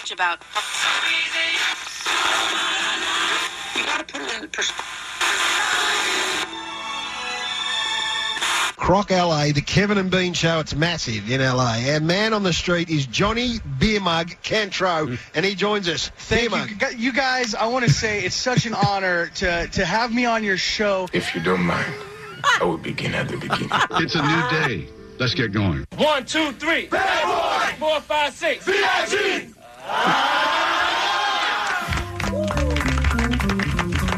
much about. You gotta put it in pers- Croc LA, the Kevin and Bean show. It's massive in LA. Our man on the street is Johnny Beer Mug Cantro, and he joins us. Beer Mm. Thank Mug. you, Gu- you guys. I want to say it's such an honor to to have me on your show. If you don't mind, I will begin at the beginning. It's a new day. Let's get going. One, two, three. Bad boy. Four, five, six. B.I.G.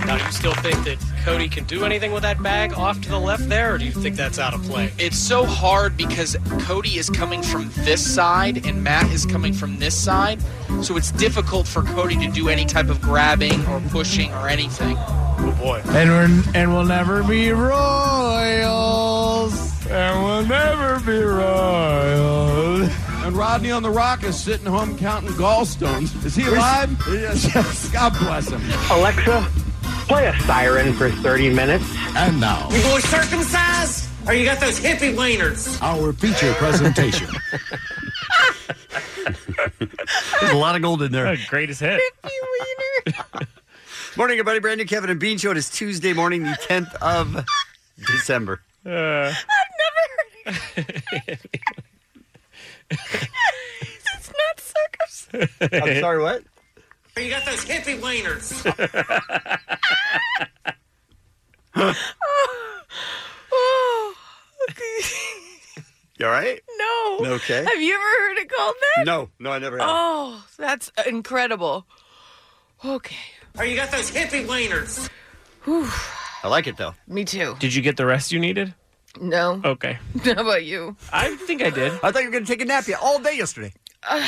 Now, do you still think that Cody can do anything with that bag off to the left there, or do you think that's out of play? It's so hard because Cody is coming from this side and Matt is coming from this side. So it's difficult for Cody to do any type of grabbing or pushing or anything. Oh boy. And we're and we'll never be royals. And we'll never be royals. And Rodney on the Rock is sitting home counting gallstones. Is he alive? Yes. God bless him. Alexa, play a siren for 30 minutes. And now You boys circumcised? Or you got those hippie wieners? our feature presentation. There's a lot of gold in there. Greatest hit. Morning, everybody. Brand new Kevin and Bean Show. It is Tuesday morning, the 10th of December. Uh, I've never heard It's not circumcised. I'm sorry, what? or you got those hippie wieners? Oh, oh. You all right? no. Okay. Have you ever heard it called that? No, no, I never have. Oh, that's incredible. Okay. or you got those hippie wieners? Whew. I like it, though. Me too. Did you get the rest you needed? No. Okay. How about you? I think I did. I thought you were going to take a nap yeah, all day yesterday. Uh,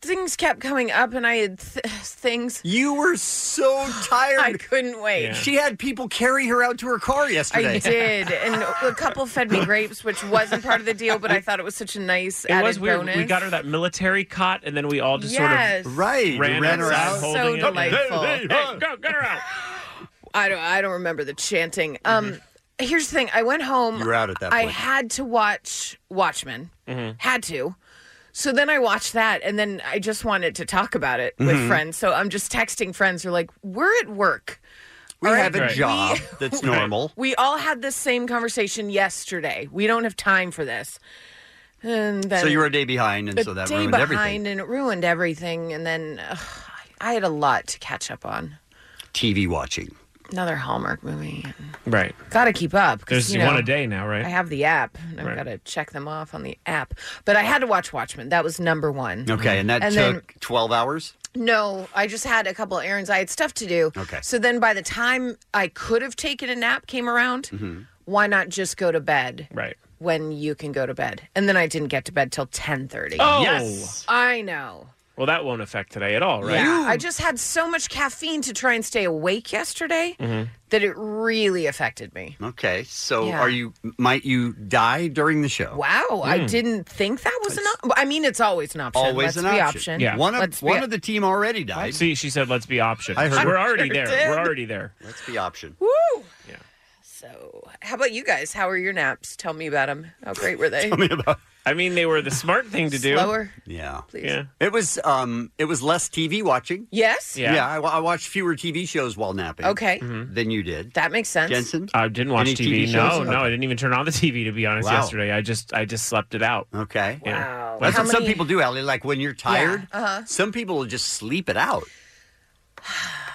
things kept coming up, and I had th- things. You were so tired. I couldn't wait. She had people carry her out to her car yesterday. I did, and a couple fed me grapes, which wasn't part of the deal, but I thought it was such a nice It added was weird. bonus. We got her that military cot, and then we all just Yes. sort of Right. ran, ran her outside out. holding So it. delightful. Hey, hey, Hey, go, get her out. I don't. I don't remember the chanting. Um, here's the thing. I went home. Mm-hmm. You were out at that I point. Mm-hmm. had to watch Watchmen. Had to. So then I watched that, and then I just wanted to talk about it with Mhm. friends. So I'm just texting friends. Who are like, "We're at work. We All have a right. job that's normal. We all had this same conversation yesterday. We don't have time for this." And then So you were a day behind, and a so that day ruined behind, everything. and it ruined everything. And then ugh, I had a lot to catch up on. TV watching. Another Hallmark movie. Right. Got to keep up. 'cause, There's you know, one a day now, right? I have the app. And I've Right. got to check them off on the app. But I had to watch Watchmen. That was number one. Okay, and that And then- took 12 hours? No, I just had a couple errands. I had stuff to do. Okay. So then by the time I could have taken a nap came around, Mm. Mm-hmm. why not just go to bed? Right. When you can go to bed. And then I didn't get to bed till 10:30. Oh. Yes. I know. Well, that won't affect today at all, right? Yeah. I just had so much caffeine to try and stay awake yesterday Mm-hmm. that it really affected me. Okay, so Yeah. are you? Might you die during the show? Wow, I Mm. didn't think that was an option. I mean, it's always an option. Always Let's an be option. Yeah. One of Let's be one op- of the team already died. See, she said, "Let's be option." I heard We're it. already Sure there. did. We're already there. Let's be option. Woo! Yeah. So, how about you guys? How are your naps? Tell me about them. How great were they? I mean, they were the smart thing to do. Slower, Yeah. please. Yeah. It was um it was less TV watching. Yes. Yeah. Mm-hmm. I, wa- I watched fewer TV shows while napping. Okay, Than you did. that makes sense. Jensen? I didn't watch Any TV. no, TV shows? no, Okay. I didn't even turn on the TV to be honest. Wow. Yesterday, I just, I just slept it out. Okay. Yeah. Wow. That's How what some many- people do, Allie. Like when you're tired, Yeah, uh-huh. some people will just sleep it out.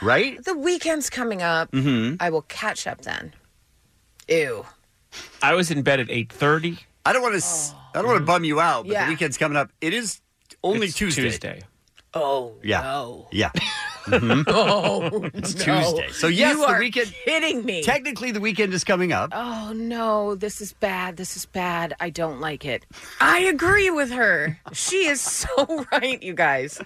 Right? The weekend's coming up. Mm-hmm. I will catch up then. Ew. I was in bed at eight thirty. I don't want to s I don't want to bum you out, but Oh. Yeah. the weekend's coming up. It is only It's Tuesday. Tuesday. Oh Yeah. no. Yeah. Mhm. Oh, It's no. Tuesday. So, yes, you the are weekend- Kidding me? Technically, the weekend is coming up. Oh no, this is bad. This is bad. I don't like it. I agree with her. She is so right, you guys.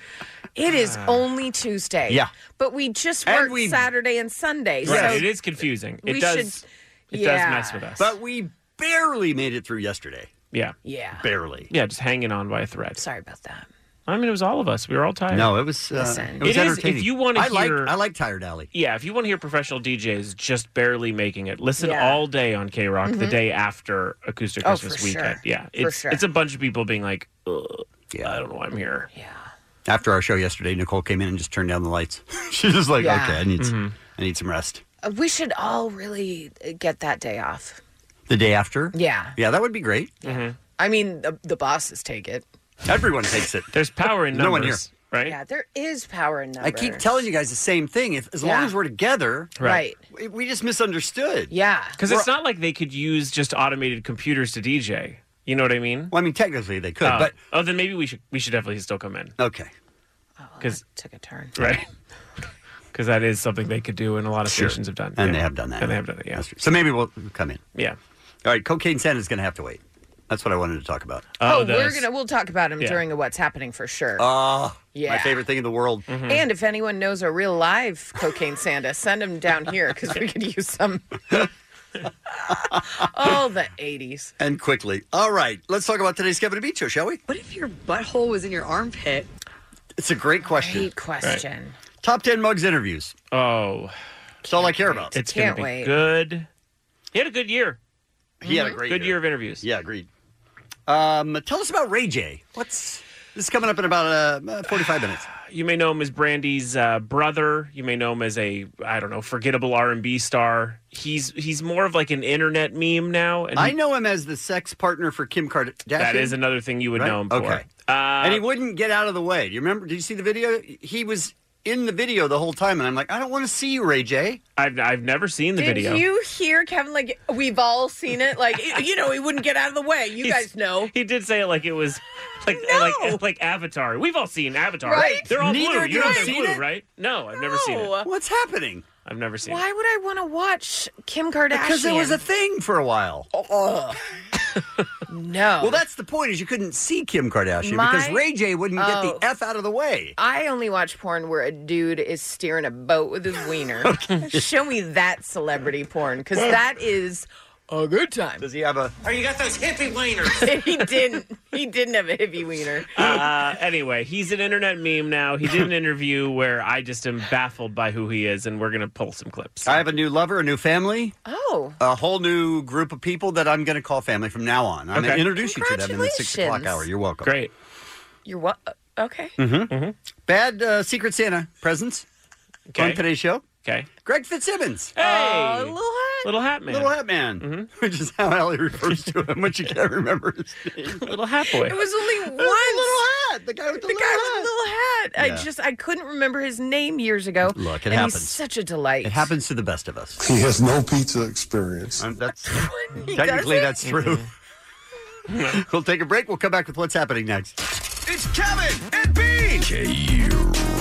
It is only Tuesday. Ah. Yeah. But we just And worked we- Saturday and Sunday. Right, So it is confusing. It we does. should- it yeah. does mess with us. But we barely made it through yesterday. yeah, Yeah. barely. Yeah, just hanging on by a thread. Sorry about that. I mean, it was all of us. We were all tired. No, it was. Uh, it was is- entertaining. if you want to I hear, like, I like Tired Alley. yeah, if you want to hear professional DJs just barely making it, listen Yeah. all day on K Rock the Mhm. day after Acoustic Oh, Christmas for weekend. sure. Yeah, For it's sure. it's a bunch of people being like, Ugh, I don't know why I'm here. After our show yesterday, Nicole came in and just turned down the lights. She's just like, Yeah. okay, I need, s- Mm-hmm. I need some rest. Uh, We should all really uh, get that day off. The day after? Yeah. Yeah, that would be great. Mm-hmm. I mean, the, the bosses take it. Everyone takes it. There's power in No one here. numbers, right? Yeah, there is power in I numbers. keep telling you guys the same thing. If, as long Yeah. as we're together, Right. We, we just misunderstood. Yeah. Because it's not like they could use just automated computers to DJ. You know what I mean? Well, I mean, technically they could, oh. but- oh, then maybe we should we should definitely still come in. Okay. Because took a turn. Right. Because that is something they could do, and a lot of Sure. stations have done. And Yeah. they have done that. And they have done it. Yeah. So maybe we'll come in. Yeah. All right, Cocaine Santa's going to have to wait. That's what I wanted to talk about. Oh, we're gonna we'll talk about him Yeah. during the what's happening for sure. Uh, Oh, Yeah. my favorite thing in the world. Mm-hmm. And if anyone knows a real live cocaine Santa, send him down here because we could use some. oh, the 80s. And quickly. All right, let's talk about today's Kevin and Beat Show, shall we? What if your butthole was in your armpit? It's a great question. Great question. Top 10 Mugs interviews. Oh. That's all I care about. It's gonna Can't be wait. good. He had a good year. He had a Mhm. great Good year of interviews. Yeah, agreed. Um, tell us about Ray J. What's this is coming up in about uh, 45 minutes? You may know him as Brandy's uh, brother. You may know him as a I don't know forgettable R and B star. He's he's more of like an internet meme now. And I he- know him as the sex partner for Kim Kardashian. that is another uh, thing you would Right? know him for. Okay. and he wouldn't get out of the way. Do you remember? Did you see the video? He was in the video the whole time, and I'm like, I don't want to see you, Ray J. I've I've never seen Did you hear Kevin? Like we've all seen it. Like y- you know, he wouldn't get out of the way. You guys know. He did say it like it was like like like Avatar. We've all seen Avatar. Right? They're all Neither blue. of You you know have they're seen blue, it? right? No, I've never seen it. No. What's happening? I've never seen Why it. would I want to watch Kim Kardashian? Because it was a thing for a while. Ugh. no. Well, that's the point is you couldn't see Kim Kardashian My- because Ray J wouldn't Oh. get the F out of the way. I only watch porn where a dude is steering a boat with his wiener. Show me that celebrity porn because that is a good time. Does he have a? Oh, you got those hippie wieners. he didn't. He didn't have a hippie wiener. uh, anyway, he's an internet meme now. He did an interview where I just am baffled by who he is, and we're gonna pull some clips. I have a new lover, a new family, Oh. a whole new group of people that I'm going to call family from now on. I'm going Okay. to introduce you to them in the six o'clock Congratulations. hour. You're welcome. Great. You're what? Okay. Mm-hmm. Bad uh, Secret Santa presents on today's show. Okay. Greg Fitzsimmons. Hey. Oh, little hat. Ah, Little hat man. Mm-hmm. Little Hat Man, which is how Allie refers to him when she can't remember his name. little Hat Boy. It was only one little hat. The guy with guy with the the, little hat. Yeah. I just I couldn't remember his name years ago. Look, it and happens. He's such a delight. It happens to the best of us. He has no pizza experience. Um, that's technically doesn't? that's true. we'll take a break. We'll come back with what's happening next. It's Kevin and Bean. K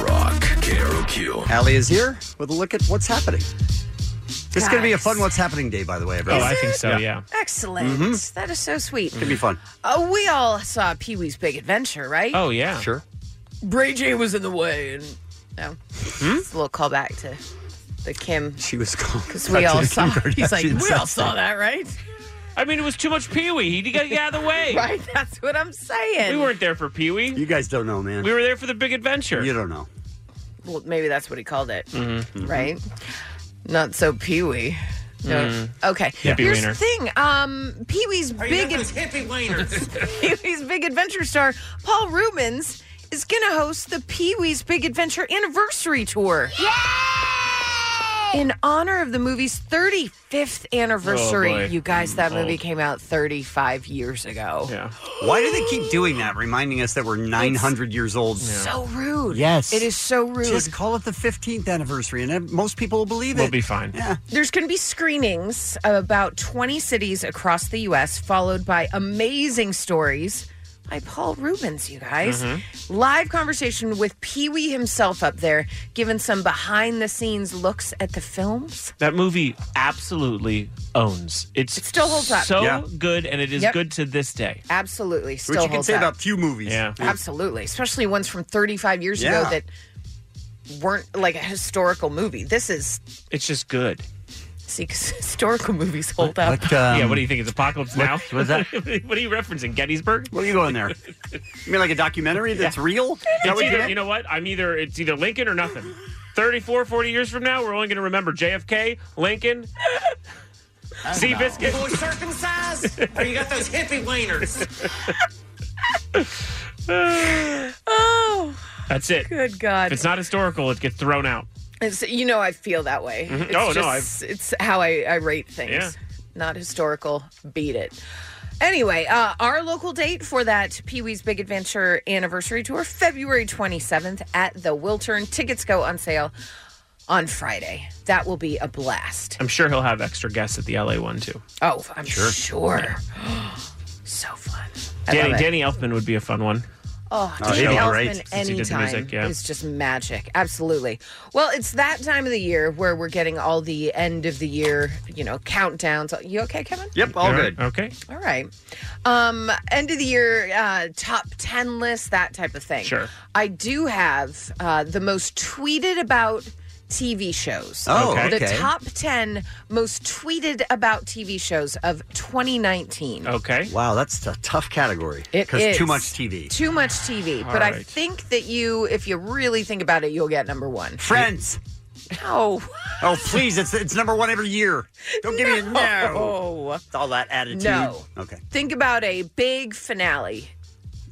Rock Q. Allie is here with a look at what's happening. It's going to be a fun What's Happening Day, by the way. everyone. Oh, I think so, yeah. Excellent. Mhm. That is so sweet. It's going to be fun. Oh, we all saw Pee Wee's Big Adventure, right? Oh yeah. Sure. Bray J was in the way, and oh, it's a little callback to the Kim. Hmm? She was called because we all saw. He's like, we all saw that, right? I mean, it was too much Pee Wee. He got out of the way. right. That's what I'm saying. We weren't there for Pee Wee. You guys don't know, man. We were there for the big adventure. You don't know. Well, maybe that's what he called it, Mm-hmm. Mhm. right? Not so Pee Wee. No. Mm. Okay. Hippie Here's wiener. the thing. Um, Pee Wee's big ad- hippie wieners. Pee Wee's Big Adventure star Paul Rubens is going to host the Pee Wee's Big Adventure Anniversary Tour. In honor of the movie's 35th anniversary. Oh, boy. you guys, that Mm, movie old. came out 35 years ago. Yeah. Why do they keep doing that, reminding us that we're 900 years old? So rude. Yes. It is so rude. Just call it the 15th anniversary, and uh, most people will believe it. We'll be fine. Yeah. There's going to be screenings of about 20 cities across the U.S., followed by amazing stories by Paul Rubens, you guys. Mhm. Mm-hmm. Live conversation with Pee Wee himself up there, giving some behind the scenes looks at the films. That movie absolutely owns. It's it still holds up. So Yeah. good, and it is Yep. good to this day. Absolutely, still holds up. few movies. Yeah. Absolutely, especially ones from 35 years Yeah. ago that weren't like a historical movie. This is It's just good. see 'cause historical movies hold up. yeah, what do you think? It's Apocalypse um, what- Now? what's that? what are you referencing? Gettysburg? What are you going there? You mean like a documentary that's real? Is that It's what you either, meant? you know what? I'm either it's either Lincoln or nothing. 34, 40 years from now, we're only going to remember JFK, Lincoln, Seabiscuit. Boy circumcised, or you got those hippie wieners. oh, That's it. good God! If it's not historical, it gets thrown out. It's, you know, I feel that way. Mhm. It's Oh, no, just- it's how I, I rate things. Yeah. Not historical. Beat it. Anyway, uh, our local date for that Pee Wee's Big Adventure anniversary tour, February 27th at the Wiltern. Tickets go on sale on Friday. That will be a blast. I'm sure he'll have extra guests at the LA one too. Oh, I'm sure. Yeah. so fun. I Danny, love it. Danny Elfman would be a fun one. Oh, Oh, Danny he'd be Elfman great. Since he did the anytime music, yeah. is just magic. Absolutely. Well, it's that time of the year where we're getting all the end of the year, you know, countdowns. You okay, Kevin? Yep, all good. Okay. All right. Um, end of the year uh, top 10 list, that type of thing. Sure. I do have uh, the most tweeted about TV shows. Oh, Okay. The okay. top 10 most tweeted about TV shows of 2019. Okay. Wow, that's a tough category. It Because too is. much TV. Too much TV. All but I right. think that you, if you really think about it, you'll get number one. Friends. Oh. Oh, please. It's it's number one every year. Don't give me a no. No. It's all that attitude. Oh. No. Okay. Think about a big finale.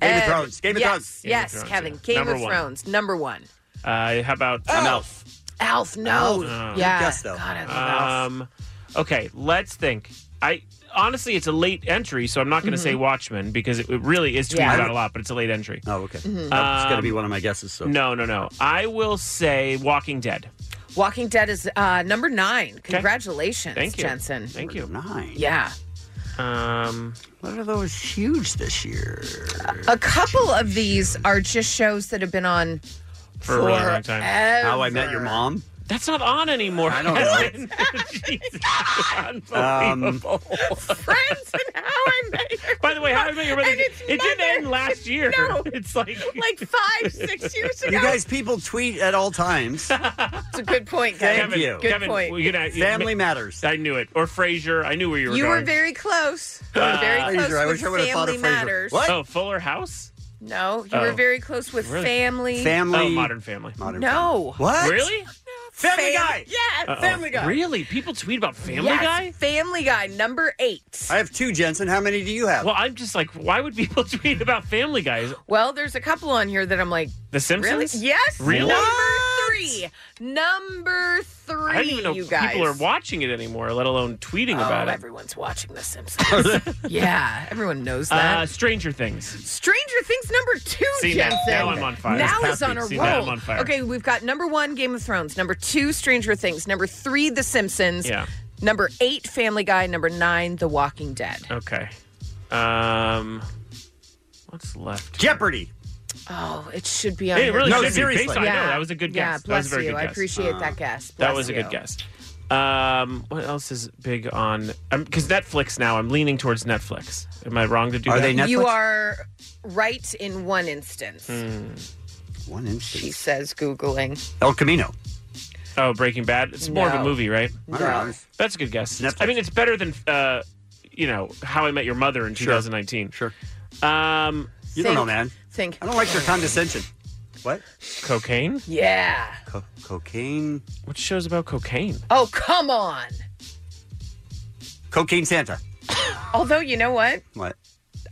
Game of Ev- Thrones. Game of yes, Thrones. Game of Yes, Thrones, Kevin. yeah. Game Number of one. Thrones, number one. Uh, how about Oh. Alf, no. yeah. God, I love Uh, Alf. um, okay, let's think. I honestly, it's a late entry, so I'm not going to say Mm-hmm. Mhm. Watchmen because it, it really is tweeted Yeah. about a lot, but it's a late entry. Um, Oh, okay. Mm-hmm. Oh, it's gotta be one of my guesses. So No, no, no. I will say Walking Dead. Walking Dead is uh, number nine. Congratulations, Thank you. Jensen. Thank you. Nine. Yeah. Um, what are those huge this year? A couple of these are just shows that have been on For a really long time. How I Met Your Mom. That's not on anymore. I don't know. Um, Unbelievable. Friends and How I Met Your By the way, How I Met Your Mother, it didn't end last year. No. It's like like five, six years ago. You guys, people tweet at all times. It's a good point, Kevin. Thank you. Good point. we're gonna- Family Matters. I knew it. Or Frasier. I knew where you were You going. were very close. You were very Uh, close with Family Matters. Oh, Fuller House? No, you Oh. were very close with Really? Family. Oh, Modern Family. Modern No. Really? Family Guy. Yes. Uh-oh. Family Guy. Really? People tweet about Family Yes, Guy? Family Guy, number eight. I have two, Jensen. How many do you have? Well, I'm just like, why would people tweet about Family Guys? Well, there's a couple on here that I'm like, The Simpsons? Really? Yes. Really? Number three. Number three. I didn't even know you guys. people are watching it anymore, let alone tweeting Oh, about it. everyone's watching The Simpsons. yeah, everyone knows that. Uh, Stranger Things. Stranger Things number two, See, now- Jensen. now I'm on fire. Now Past it's on a week. roll. See, now I'm on fire. Okay, we've got number one, Game of Thrones. Number two, Stranger Things. Number three, The Simpsons. Yeah. Number eight, Family Guy. Number nine, The Walking Dead. Okay. Um, what's left? Jeopardy. Oh, it should be on. It your really list. should be. Seriously. Based on- no, that was a good Yeah, guess. That was bless a very you. good I guess. appreciate Uh, Oh. that guess. that Bless was a you. good guess. Um, what else is big on? Because Netflix now, I'm leaning towards Netflix. Am I wrong to do that? You are right in one instance. Hmm. One instance. She says, Googling. El Camino. Oh, Breaking Bad. It's more of a No. movie, right? I don't know. That's a good guess. I mean, it's better than, uh, you know, How I Met Your Mother in 2019. Sure. Um, You don't know, man. Think. I don't like your condescension. What? Cocaine? Yeah. Co- cocaine. What show's about cocaine? Oh, come on. Cocaine Santa. Although, you know what? What?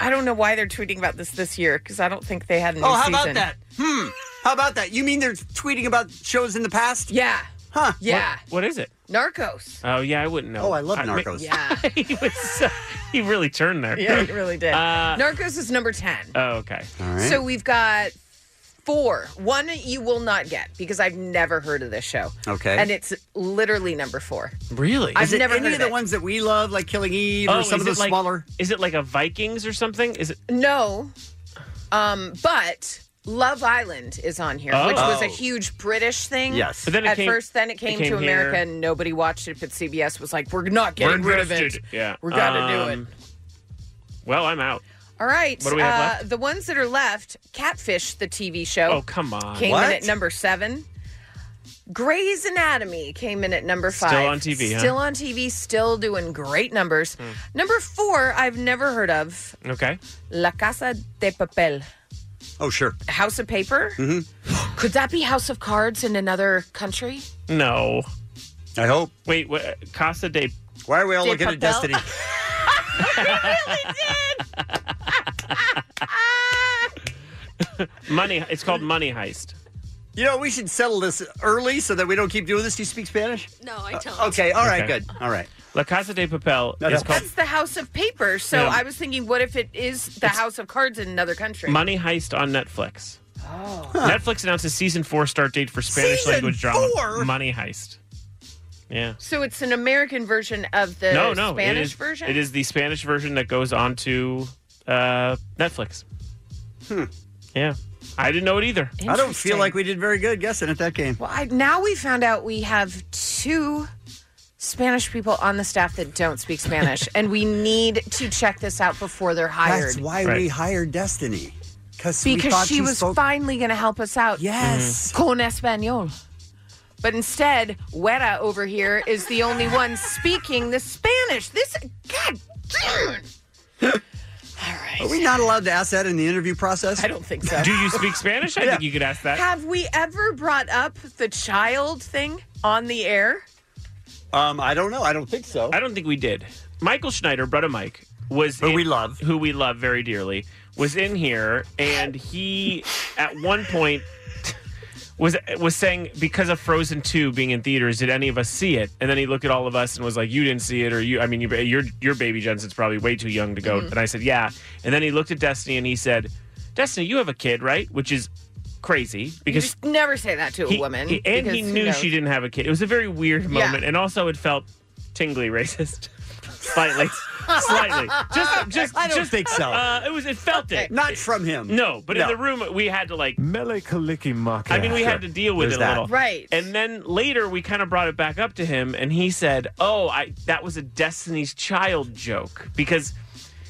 I don't know why they're tweeting about this this year because I don't think they had a new oh, how season. about that? Hmm. How about that? You mean they're tweeting about shows in the past? Yeah. Huh. Yeah. What is it? Narcos. Oh, yeah, I wouldn't know. Oh, I love ma- Narcos. Yeah. he was. Uh, he really turned there. Yeah, it really did. Narcos is number 10. Oh, okay. All So we've got four. One you will not get because I've never heard of this show. Okay. And it's literally number four. really? Oh, I've never any heard of of the it. ones that we love, like Killing Eve or some of is it the like- smaller. Is it like a Vikings or something? Is it? No. Um, but Love Island is on here, which was a Oh. huge British thing. Yes. But then it At came- first, then it came, it came to America here. and nobody watched it, but CBS was like, we're not getting rid of it. Yeah. We're gonna do do it. Well, I'm out. All right. What do we have uh, left? The ones that are left Catfish, the TV show. Oh, come on. Came What? in at number seven. Grey's Anatomy came in at number Still five. on TV, huh? Hmm. Still on TV, still doing great numbers. Number four, I've never heard of Okay. La Casa de Papel. Oh, sure. House of Paper? hmm Could that be House of Cards in another country? No. I hope. Wait, what, Casa de. Why are we all De looking at Papel? Destiny? Money. It's called Money Heist. You know, we should settle this early so that we don't keep doing this. Do you speak Spanish? No, I don't. okay, all right, good. All right. La Casa de Papel is called That's the House of Paper. So Yeah. I was thinking, what if it is the House of Cards in another country? Money Heist on Netflix. Oh. Netflix announces season four start date for Spanish Season language drama four? Money Heist. Yeah. So it's an American version of the no, no. Spanish it is, version? It is the Spanish version that goes on to uh, Netflix. Hmm. Yeah. I didn't know it either. I don't feel like we did very good guessing at that game. Well, I, now we found out we have two Spanish people on the staff that don't speak Spanish, and we need to check this out before they're hired. That's why we hired Destiny. Because because she was finally going to help us out. Yes. Mm-hmm. Con Espanol. But instead, Weta over here is the only one speaking the Spanish. This, God damn. Are we not allowed to ask that in the interview process? I don't think so. Do you speak Spanish? I Yeah. think you could ask that. Have we ever brought up the child thing on the air? Um, I don't know. I don't think so. I don't think we did. Michael Schneider, brother Mike, was who we love, who we love very dearly, was in here, and he at one point was was saying because of Frozen Two being in theaters, did any of us see it? And then he looked at all of us and was like, "You didn't see it, or you? I mean, you, your your baby Jensen's probably way too young to go." Mhm. And I said, "Yeah." And then he looked at Destiny and he said, "Destiny, you have a kid, right?" Which is crazy because Just never say that to a he- woman. he- and he because who knew knows? she didn't have a kid. It was a very weird Yeah. moment, and also it felt tingly racist, slightly, slightly. Just, just, I don't just- think so. Uh, it was, it felt it. Not from him. No, but in No. the room we had to like. Mele Kaliki Maka. I mean, we had to deal with it a little, Right. And then later we kind of brought it back up to him, and he said, "Oh, I that was a Destiny's Child joke because."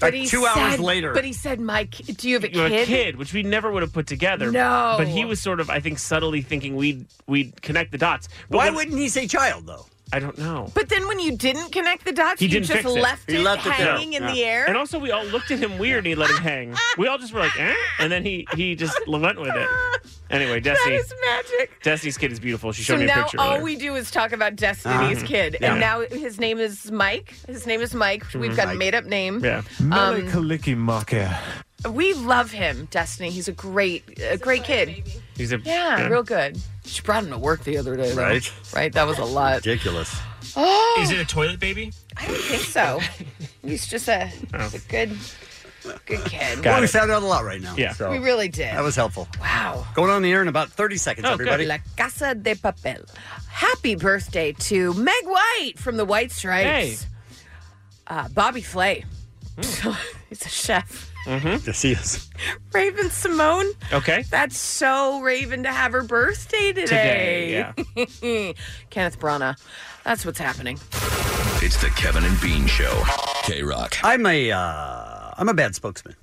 But he said- But he said, "Mike, do you have a you know, kid?" a kid, which we never would have put together. No. but he was sort of, I think, subtly thinking we'd we'd connect the dots. But Why when- wouldn't he say child though? I don't know. But then when you didn't connect the dots, you just left it hanging in the air. And also, we all looked at him weird, and he let it hang. We all just were like, eh? and then he he just went with it. Anyway, that Destiny, is magic. Destiny's kid is beautiful. She showed So me a now picture. all earlier. we do is talk about Destiny's Uh-huh. kid, and Yeah. Mm-hmm. now his name is Mike. His name is Mike. We've Mhm. got a Mike. made up name. Yeah. Um, Mele Kaliki Maka. We love him, Destiny. He's a great, a great kid. He's a Yeah, real good. She brought him to work the other day, though. Right. Right. That was a lot. Ridiculous. Oh, Is it a toilet baby? I don't think so. He's just a, Oh. a good, good kid. well, we found out a lot right now. Yeah. So We really did. that was helpful. Wow. Going on the air in about 30 seconds, Oh, everybody. La Casa de Papel. Happy birthday to Meg White from the White Stripes. Uh, Bobby Flay. He's a chef. Mm-hmm. Yes, he is. Raven Simone. Okay. That's so Raven to have her birthday today. Kenneth Branagh. That's what's happening. It's the Kevin and Bean Show. K Rock. I'm a uh, I'm a bad spokesman.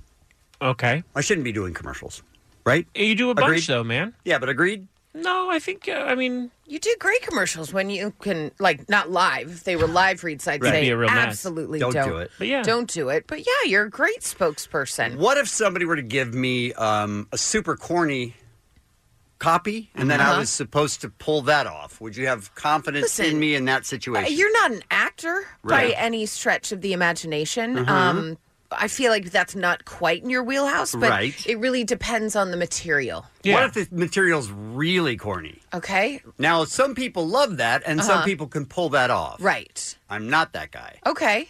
Okay. I shouldn't be doing commercials, right? You do a bunch, though, man. Yeah, but agreed. No, I think, uh, I mean. You do great commercials when you can, like, not live. If they were live reads, I'd Right. say Be a real mess. absolutely Don't don't. do it. But yeah. Don't do it. But yeah, you're a great spokesperson. What if somebody were to give me um, a super corny copy, and then I Uh-huh. was supposed to pull that off? Would you have confidence in Listen, me in that Uh, situation? You're not an actor Right. by any stretch of the imagination. Mhm. Um, I feel like that's not quite in your wheelhouse, but Right. it really depends on the material. What if the material's really corny? Okay. Now, some people love that, and some Uh-huh. people can pull that off. Right. I'm not that guy. Hmm. Okay.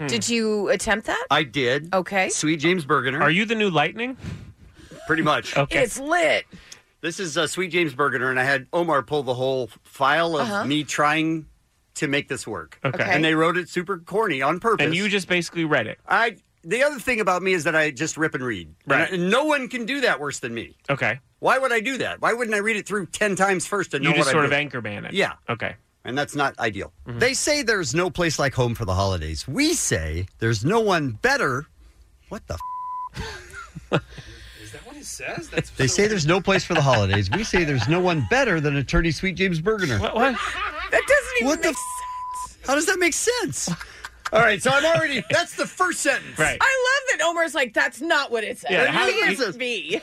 Hmm. Did you attempt that? I did. Okay. Sweet James Bergener. Are you the new Lightning? Pretty much. It's lit. This is uh, Sweet James Bergener, and I had Omar pull the whole file of Uh-huh. me trying to make this work. Okay. And they wrote it super corny on purpose. And you just basically read it. I the other thing about me is that I just rip and read. Right. And I- no one can do that worse than me. Okay. Why would I do that? Why wouldn't I read it through ten times first and You know just what sort I of did? anchor man it. Yeah. Okay. And that's not ideal. Mm-hmm. They say there's no place like home for the holidays. We say there's no one better. What the? F- Is that what he says? That's they say there's no place for the holidays. We say there's no one better than attorney Sweet James Bergener. What? That doesn't even what make sense. How does that make sense? All right, so I'm already. That's the first sentence. I love that Omar's like, that's not what it says. Yeah, it how- can't be.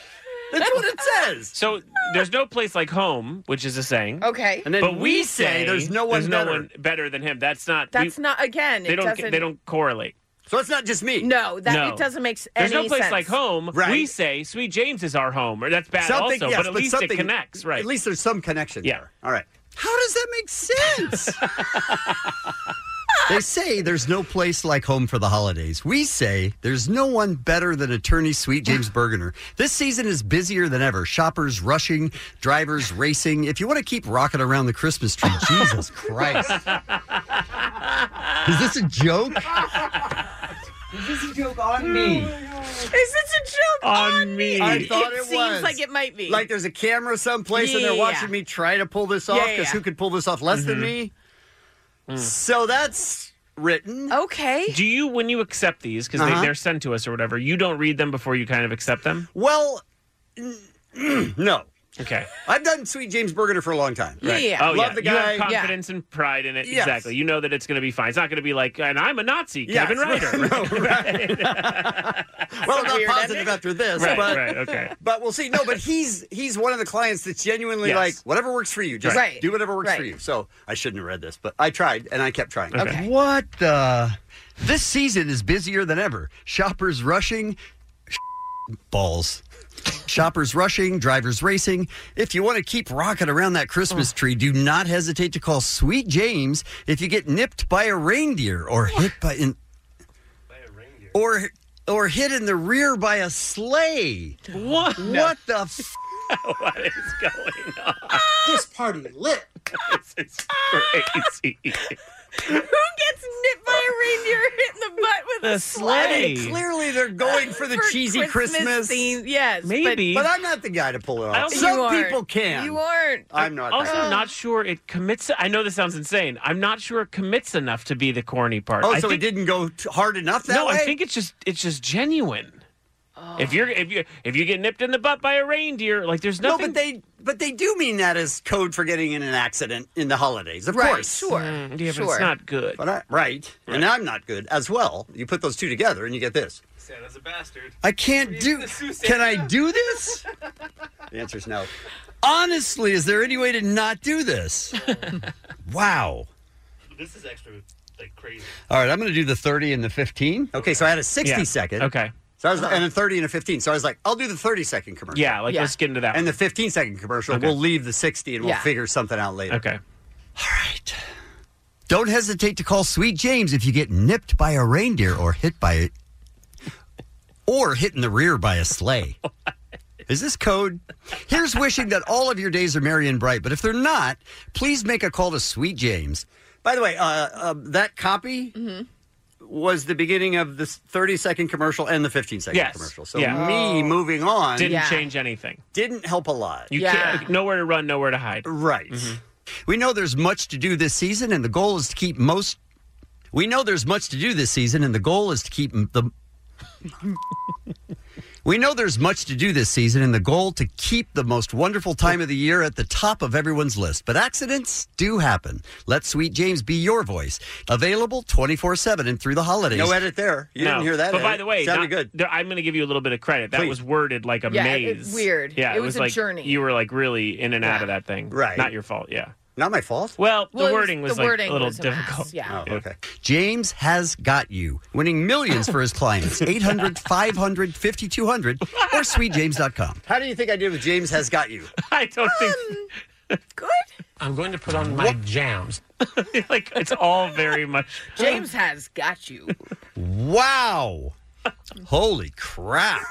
That's what it says. So there's no place like home, which is a saying. Okay. And then but we we say say there's no one better. better than him. That's not. we- That's not again. They it don't. doesn't. They don't correlate. So it's not just me. No, that No. it doesn't make s- There's any no place sense. like home. Right. We say Sweet James is our home, or that's bad Something- also. yes, but at least it something- connects, right? At least there's some connection Yeah. there. All right. How does that make sense? They say there's no place like home for the holidays. We say there's no one better than attorney Sweet James Bergener. This season is busier than ever. Shoppers rushing, drivers racing. If you want to keep rocking around the Christmas tree, Jesus Christ. Is this a joke? Is this a joke on me? Is this a joke On on, me? me. I thought it seems was. like it might be. Like there's a camera someplace and they're Yeah. watching me try to pull this off Yeah, because yeah, yeah. who could pull this off less than Mhm. me? So that's written. Okay. Do you, when you accept these, because Uh-huh. they, they're sent to us or whatever, you don't read them before you kind of accept them? Well, n- mm, no. Okay. I've done Sweet James Bergener for a long time. Right. Oh, Love yeah. the You guy. have confidence and pride in it. Yes. Exactly. You know that it's going to be fine. It's not going to be like, and I'm a Nazi, Yes, Kevin right. Ryder. Well, I'm Weird not positive after this, Right, but right, okay. but we'll see. No, but he's he's one of the clients that's genuinely Yes. like whatever works for you, just Right. do whatever works for Right. you. So I shouldn't have read this, but I tried and I kept trying. Okay. What the? This season is busier than ever. Shoppers rushing, balls. Shoppers rushing, drivers racing. If you want to keep rocking around that Christmas tree, do not hesitate to call Sweet James if you get nipped by a reindeer or hit by an or or hit in the rear by a sleigh. What? What the? F- what is going on? This party lit. this is crazy. Who gets nipped by a reindeer hit in the butt with The a sleigh? sleigh. Clearly, they're going for the For cheesy Christmas Christmas. theme, yes, but- Maybe. but, I'm not the guy to pull it I off. also- Some You aren't. people can. You aren't. I'm not. Also, that guy. not sure it commits. I know this sounds insane. I'm not sure it commits enough to be the corny part. Oh, I so think- it didn't go t- hard enough that no, way. Oh. I think it's just it's just genuine. If you're if you if you get nipped in the butt by a reindeer, like there's no, nothing. but they but they do mean that as code for getting in an accident in the holidays, of Right, course. sure, Mm, yeah, but it's sure. not good. But I, right, and I'm not good as well. You put those two together, and you get this. Santa's a bastard. I can't do. Can I do this? The answer is no. Honestly, is there any way to not do this? wow. This is extra like crazy. All right, I'm going to do the 30 and the 15. Okay, so I had a 60 Yeah, second. okay. So I was, and a 30 and a 15. So I was like, I'll do the 30 second commercial. Yeah, like, Yeah. let's get into that And the 15 second commercial, Okay. we'll leave the 60 and we'll Yeah. figure something out later. Okay. Don't hesitate to call Sweet James if you get nipped by a reindeer or hit by it, or hit in the rear by a sleigh. Is this code? Here's wishing that all of your days are merry and bright, but if they're not, please make a call to Sweet James. By the way, uh, uh, that copy was the beginning of this 30 second commercial and the 15 second Yes. commercial. So Yeah. me moving on didn't change anything. Didn't help a lot. You can't nowhere to run, nowhere to hide. Right. Mm-hmm. We know there's much to do this season, and the goal is to keep most. We know there's much to do this season, and the goal is to keep m- the. We know there's much to do this season, and the goal to keep the most wonderful time of the year at the top of everyone's list. But accidents do happen. Let Sweet James be your voice. Available 24 7 and through the holidays. No edit there. No. But by the way, not, there- I'm going to give you a little bit of credit. That Please. was worded like a Yeah, it- maze. it's weird. Yeah, It it, was was a like journey. You were like really in and out of that thing. Right. Not your fault. Yeah. Not my fault. Well, Well, it the was- wording was, the like wording a little was a mess, difficult. yeah. Oh, okay. James has got you, winning millions for his clients. 800 500 5200 or sweetjames.com. How do you think I did with James has got you? I don't think I'm going to put on my jams. like it's all very much James has got you. Wow. Holy crap.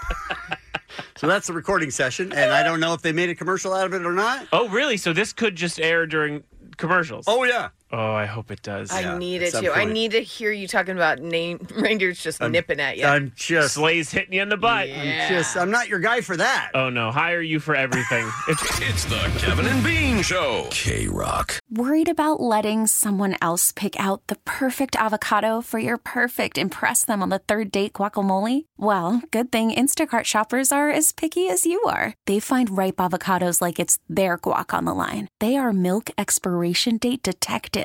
so that's the recording session, and I don't know if they made a commercial out of it or not. Oh, really? So this could just air during commercials? Oh, yeah. Oh, I hope it does. I needed to. I need to hear you talking about name reindeers just nipping at you. just Slay's hitting you in the butt. Yeah. just- I'm not your guy for that. Oh no, hire you for everything. It's the Kevin and Bean Show. K Rock. Worried about letting someone else pick out the perfect avocado for your perfect impress them on the third date guacamole? Well, good thing Instacart shoppers are as picky as you are. They find ripe avocados like it's their guac on the line. They are milk expiration date detectives.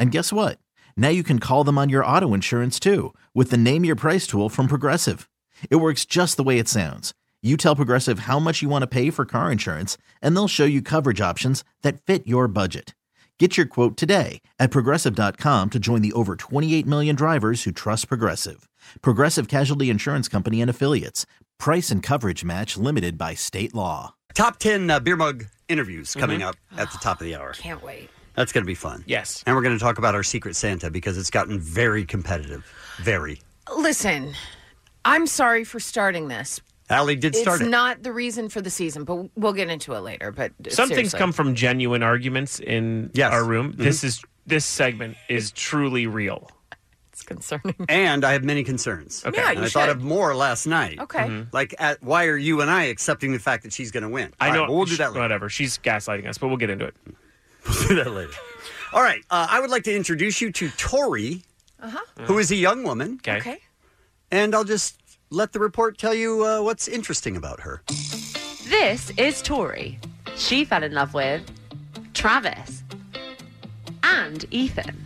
And guess what? Now you can call them on your auto insurance too with the Name Your Price tool from Progressive. It works just the way it sounds. You tell Progressive how much you want to pay for car insurance, and they'll show you coverage options that fit your budget. Get your quote today at progressive.com to join the over 28 million drivers who trust Progressive. Progressive Casualty Insurance Company and Affiliates. Price and coverage match limited by state law. Top 10 uh, beer mug interviews Mm-hmm. coming up at the top of the hour. Can't wait. That's going to be fun. Yes. And we're going to talk about our Secret Santa because it's gotten very competitive. Very. Listen, I'm sorry for starting this. Allie did it's start it. not the reason for the season, but we'll get into it later. But Some things seriously. come from genuine arguments in our room. This Mhm. is this segment is truly real. It's concerning. And I have many concerns. Okay. Yeah, and you I thought should. of more last night. Okay. Mhm. Like, at, why are you and I accepting the fact that she's going to win? I All know. right, we'll do that later. Whatever. She's gaslighting us, but we'll get into it. We'll do that later. All right. Uh, I would like to introduce you to Tori, Uh-huh. Mm. who is a young woman. Okay. And I'll just let the report tell you uh, what's interesting about her. This is Tori. She fell in love with Travis and Ethan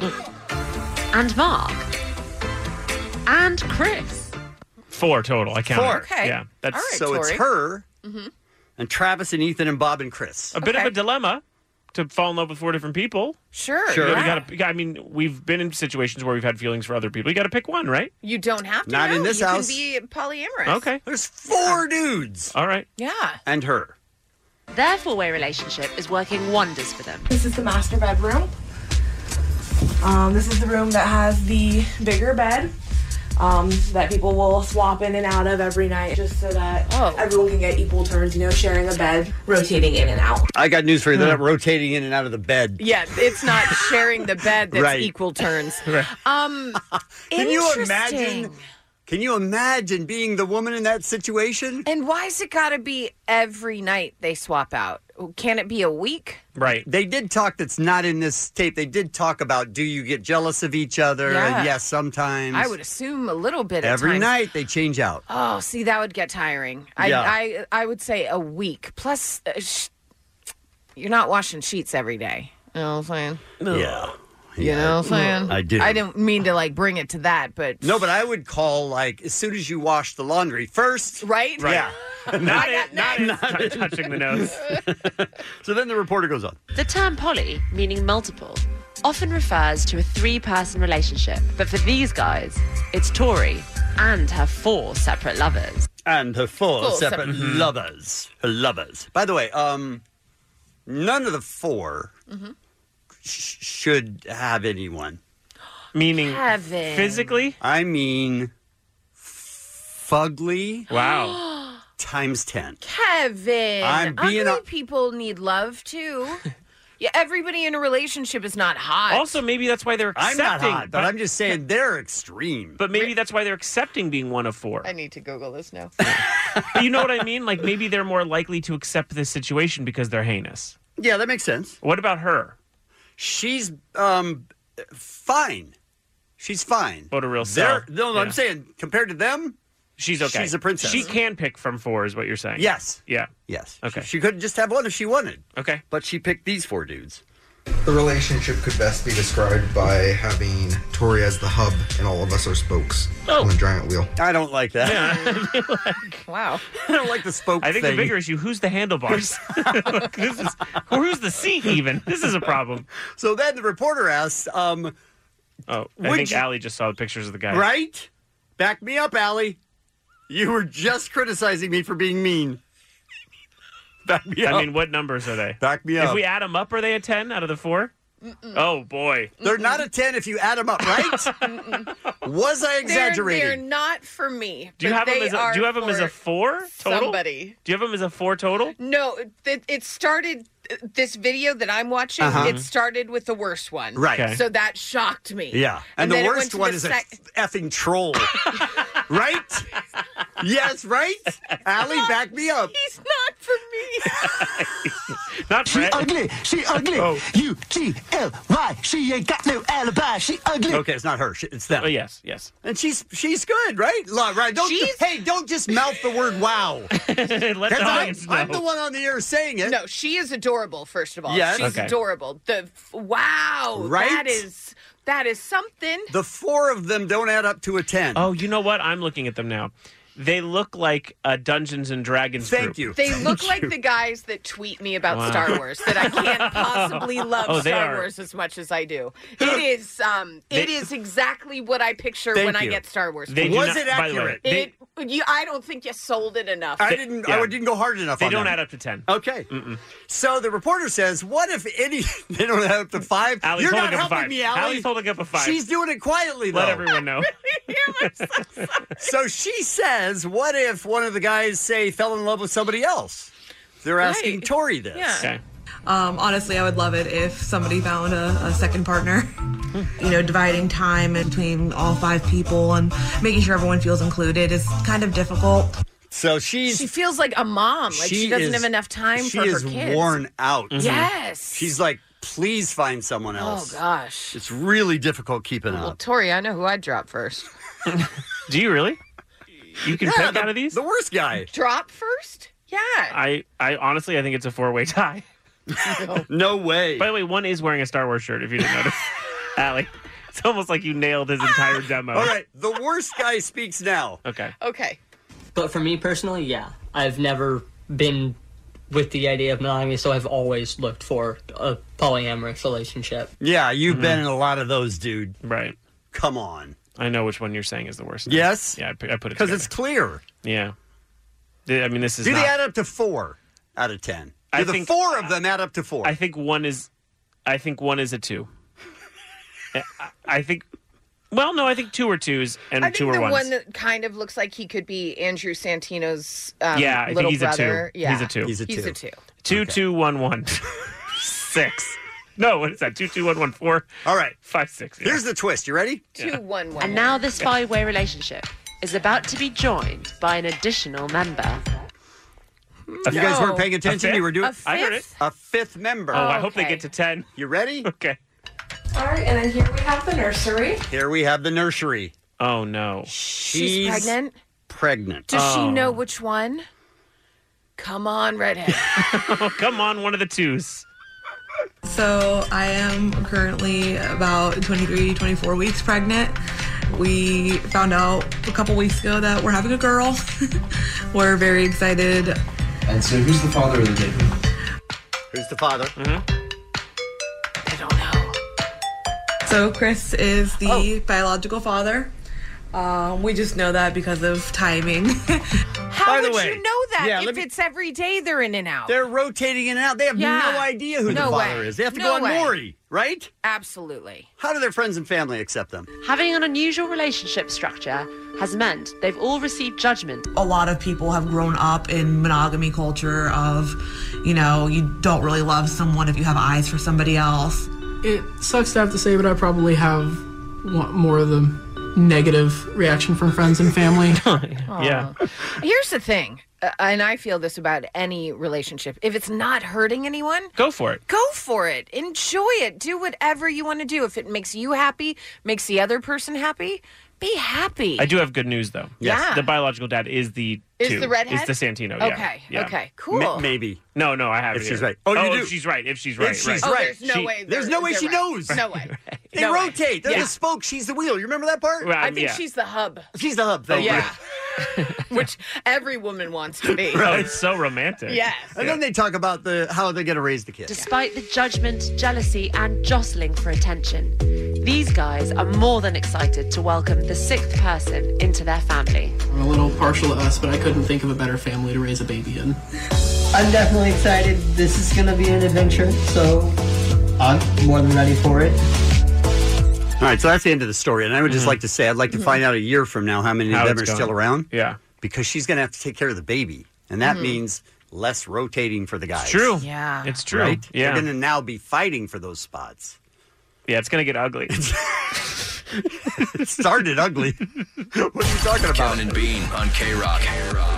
and Mark and Chris. Four total. I counted. Four. Okay. Yeah. That's All right, So it's Tori. her. Mm-hmm. And Travis and Ethan and Bob and Chris. A bit of a dilemma to fall in love with four different people. Sure. You know, yeah. you gotta- you gotta- I mean, we've been in situations where we've had feelings for other people. You got to pick one, right? You don't have to. Not know. in this you house. can be polyamorous. Okay. There's four dudes. All right. Yeah. And her. Their four way relationship is working wonders for them. This is the master bedroom. Um, this is the room that has the bigger bed um, that people will swap in and out of every night just so that everyone can get equal turns, you know, sharing a bed, rotating in and out. I got news for you. They're not rotating in and out of the bed. Yeah, it's not sharing the bed that's Right. equal turns. Right. Um, Can you imagine? interesting. Can you imagine being the woman in that situation? And why's it got to be every night they swap out? Can it be a week? Right. They did talk that's not in this tape. They did talk about do you get jealous of each other? Yeah. And yes, sometimes. I would assume a little bit. at Every times. night they change out. Oh, see, that would get tiring. I, Yeah. I, I would say a week. Plus, uh, sh- you're not washing sheets every day. You know what I'm saying? Yeah. You know what I'm saying? I do. I didn't mean to like bring it to that, but No, but I would call like as soon as you wash the laundry first. Right? Right. Yeah. Not it. Not it. Not touching the nose. so then the reporter goes on. The term poly, meaning multiple, often refers to a three person relationship, but for these guys, it's Tori and her four separate lovers. And her four, Four separate, separate- Mm-hmm. Mhm. lovers. Her lovers. By the way, um none of the 4 Mhm. sh- should have anyone. Meaning Kevin. physically? I mean fugly. Wow. times 10. Kevin, I'm being ugly a- people need love too. yeah, everybody in a relationship is not hot. Also, maybe that's why they're I'm accepting. not hot, but I'm just saying they're extreme. But maybe that's why they're accepting being one of four. I need to Google this now. But you know what I mean? Like maybe they're more likely to accept this situation because they're heinous. Yeah, that makes sense. What about her? She's um fine. She's fine. What a real They're, sell. no, Yeah. I'm saying compared to them, she's okay. She's a princess. She can pick from four, is what you're saying. Yes. Yeah. Yes. Okay. She could just have one if she wanted. Okay. But she picked these four dudes. The relationship could best be described by having Tori as the hub and all of us are spokes Oh. on a giant wheel. I don't like that. wow. I don't like the spoke. I think the thing. bigger issue: who's the handlebars? Like, this is, or who's the seat? Even this is a problem. So then the reporter asks, um, Oh, I Would think you- Allie just saw the pictures of the guy. Right? Back me up, Allie. You were just criticizing me for being mean. Back me I up. mean, what numbers are they? Back me If up. we add them up, are they a 10 out of the four? Oh, boy. They're not a 10 if you add them up, right? Was I They're, exaggerating? they're not for me. Do you but have them they as a, are do you have them as a for four total? Somebody. Do you have them as a four total? No, it, it started. This video that I'm watching, Uh-huh. it started with the worst one, Right. Okay. So that shocked me. Yeah. And, then the it went worst to one the is sec- a effing troll. right? Yes, right? Allie, back me up. He's not for me. Not she ugly. She ugly. Oh. U G L Y. She ain't got no alibi. She ugly. Okay, it's not her. She- It's them. Oh, yes, yes. And she's she's good, right? Laura, right? Don't hey, don't just mouth the word wow. Let the I'm, audience I'm know. the one on the air saying it. No, she is adorable. First of all, Yes. she's Okay. adorable. The wow, Right? That is that is something. The four of them don't add up to a 10. Oh, you know what? I'm looking at them now. They look like a Dungeons and Dragons Thank you. They look like the guys that tweet me about Wow. Star Wars that I can't possibly love Oh, they Star are- Wars as much as I do. It is um it They- is exactly what I picture Thank when I you. get Star Wars. They do Was not- it by the way, accurate? they- it, you, I don't think you sold it enough. didn't go hard enough They on don't them. add up to 10. Okay. So the reporter says, "What if any? They don't add up to five. Allie's You're not holding up a helping five. me, Allie. Allie's holding up a five. She's doing it quietly, though. Let everyone know. so she says, "What if one of the guys say fell in love with somebody else?" They're asking Tori this. Yeah. Um, honestly, I would love it if somebody found a, a second partner. You know, dividing time between all five people and making sure everyone feels included is kind of difficult. So she's She feels like a mom. Like she, doesn't have enough time she for is her kids. worn out. Mm-hmm. Yes. She's like, "Please find someone Oh else." gosh. It's really difficult keeping Well, up. Tori, I know who I'd drop first. Do you really? You can Yeah, pick the- out of these? The worst guy. Drop first? Yeah. I, I honestly, I think it's a four way tie. no way. By the way, one is wearing a Star Wars shirt, if you didn't notice. Allie, it's almost like you nailed his entire demo. All right, the worst guy speaks now. Okay. Okay. But for me personally, yeah, I've never been with the idea of monogamy, so I've always looked for a polyamorous relationship. Yeah, you've been in a lot of those, dude. Mm-hmm. Right. Come on. I know which one you're saying is the worst. now. Yes? Yeah, I, pi- I put it Because it's clear. Yeah. Th- I mean, this is. Do not, they add up to four out of ten? I Do the think- four of them add up to four? I think one is. I think one is a two. I, I think. Well, no, I think two are twos and I think two are the ones. one that kind of looks like he could be Andrew Santino's um, yeah, I little think he's brother. a two. Yeah, He's a two. He's a two. Two two one one six. No, what is that? Two two one one four. All right, five six. yeah. Here's the twist. You ready? Yeah. one And now this five-way relationship is about to be joined by an additional member. You guys No. weren't paying A attention. fifth? You were doing. A I heard it. fifth? A fifth member. Oh, I hope they get to ten. You ready? Okay. All right, and then here we have the nursery. Here we have the nursery. Oh no. Oh. She's, pregnant? Pregnant. Does she know which one? Come on, redhead. Come on, one of the twos. So I am currently about 23, 24 weeks pregnant. We found out a couple weeks ago that we're having a girl. we're very excited. And so, who's the father of the baby? Who's the father? Mm-hmm. So Chris is the Oh. biological father. Um, we just know that because of timing. How By the would way, you know that yeah, if let me- it's every day they're in and out? They're rotating in and out. They have Yeah. no idea who No the father way. is. They have to No go on way. Maury, right? Absolutely. How do their friends and family accept them? Having an unusual relationship structure has meant they've all received judgment. a lot of people have grown up in monogamy culture of, you know, you don't really love someone if you have eyes for somebody else. It sucks to have to say, but I probably have wa- more of the negative reaction from friends and family. yeah. Here's the thing, uh, and I feel this about any relationship. If it's not hurting anyone, Go for it. go for it. Enjoy it. Do whatever you want to do. If it makes you happy, makes the other person happy, be happy. I do have good news though. Yes. Yeah. The biological dad is the Is two. the redhead? Is the Santino? yeah. Okay, Yeah. okay, cool. Ma- maybe. No, no, I have If it she's here. right. Oh, you if do. she's right. If she's If right, right. she's right. Oh, there's no She- way there's they're- no way they're she right. knows. No way. They No way. rotate. They're Yeah. the spokes. She's the wheel. You remember that part? I think she's the hub. She's the hub. Oh, Thank yeah. Which every woman wants to be. Oh, it's so romantic. Yes. And then they talk about the how they're going to raise the kids. Despite the judgment, jealousy, and jostling for attention, These guys are more than excited to welcome the sixth person into their family. I'm a little partial to us, but I couldn't think of a better family to raise a baby in. I'm definitely excited. This is going to be an adventure, so I'm more than ready for it. All right, so that's the end of the story. And I would just like to say, I'd like to Mhm. find out a year from now how many Mm-hmm. How of them it's are going. still around. Yeah. Because she's going to have to take care of the baby. And that Mhm. means less rotating for the guys. true. Yeah. It's true. Right? Yeah. They're going to now be fighting for those spots. Yeah, it's going to get ugly. it started ugly. what are you talking about? Kevin and Bean on K Rock.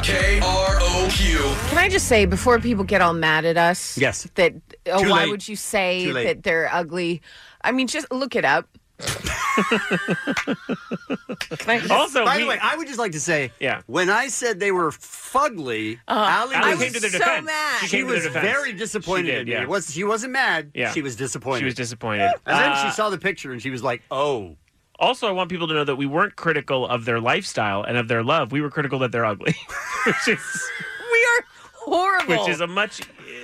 K R O Q. Can I just say before people get all mad at us? Yes. That oh, Too why late. would you say Too late. that they're ugly? I mean, just look it up. also, by the way, I would just like to say, yeah. when I said they were fugly, Allie Allie, Uh-huh. was came to their so defense. mad. She She, came to their was defense. very She disappointed did, in me. yeah. It was, she wasn't mad. Yeah. She was disappointed. She was disappointed. And then Ah, she Uh, saw the picture and she was like, oh. Also, I want people to know that we weren't critical of their lifestyle and of their love. We were critical that they're ugly, which is we are horrible. which is a much.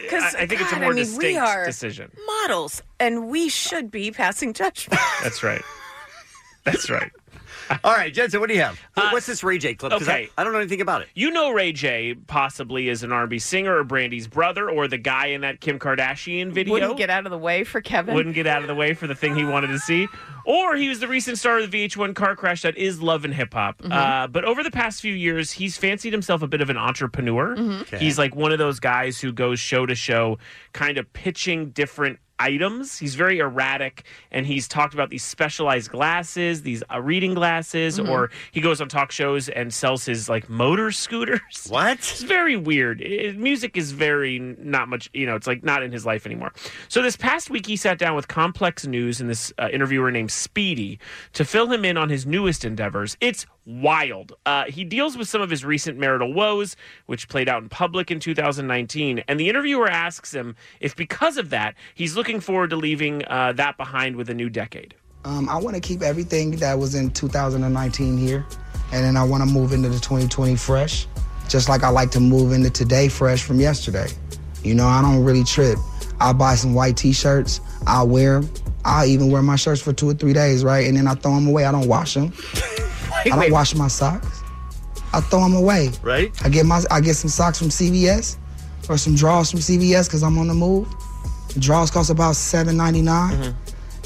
'Cause, I, I think it's a God, more I mean, we distinct are decision. models, and we should be passing judgment. That's right. That's right. All right, Jensen, what do you have? Uh, What- What's this Ray J clip? 'Cause I- Okay. I, don't know anything about it. You know Ray J possibly is an R&B singer or Brandy's brother or the guy in that Kim Kardashian video. Wouldn't get out of the way for Kevin. wouldn't get out of the way for the thing he wanted to see. Or he was the recent star of the VH1 car crash that is Love and Hip Hop. Mhm. Uh, but over the past few years, he's fancied himself a bit of an entrepreneur. Mhm. Okay. He's like one of those guys who goes show to show, kind of pitching different items. He's very erratic, and he's talked about these specialized glasses, these uh, reading glasses, Mm-hmm. Mhm. or he goes on talk shows and sells his like motor scooters. What? It's very weird. I- music is very n- not much, you know, it's like not in his life anymore. So this past week, he sat down with Complex News and this uh, interviewer named Speedy to fill him in on his newest endeavors. It's wild. Uh, he deals with some of his recent marital woes, which played out in public in 2019. And the interviewer asks him if, because of that, he's looking forward to leaving uh, that behind with a new decade. Um, I want to keep everything that was in 2019 here, and then I want to move into the 2020 fresh, just like I like to move into today fresh from yesterday. You know, I don't really trip. I'll buy some white t-shirts. I'll wear them. I'll even wear my shirts for two or three days, right? And then I throw them away. I don't wash them. I don't wash my socks. I throw them away. Right? I get my I get some socks from CVS or some drawers from CVS because I'm on the move. Drawers cost about $7.99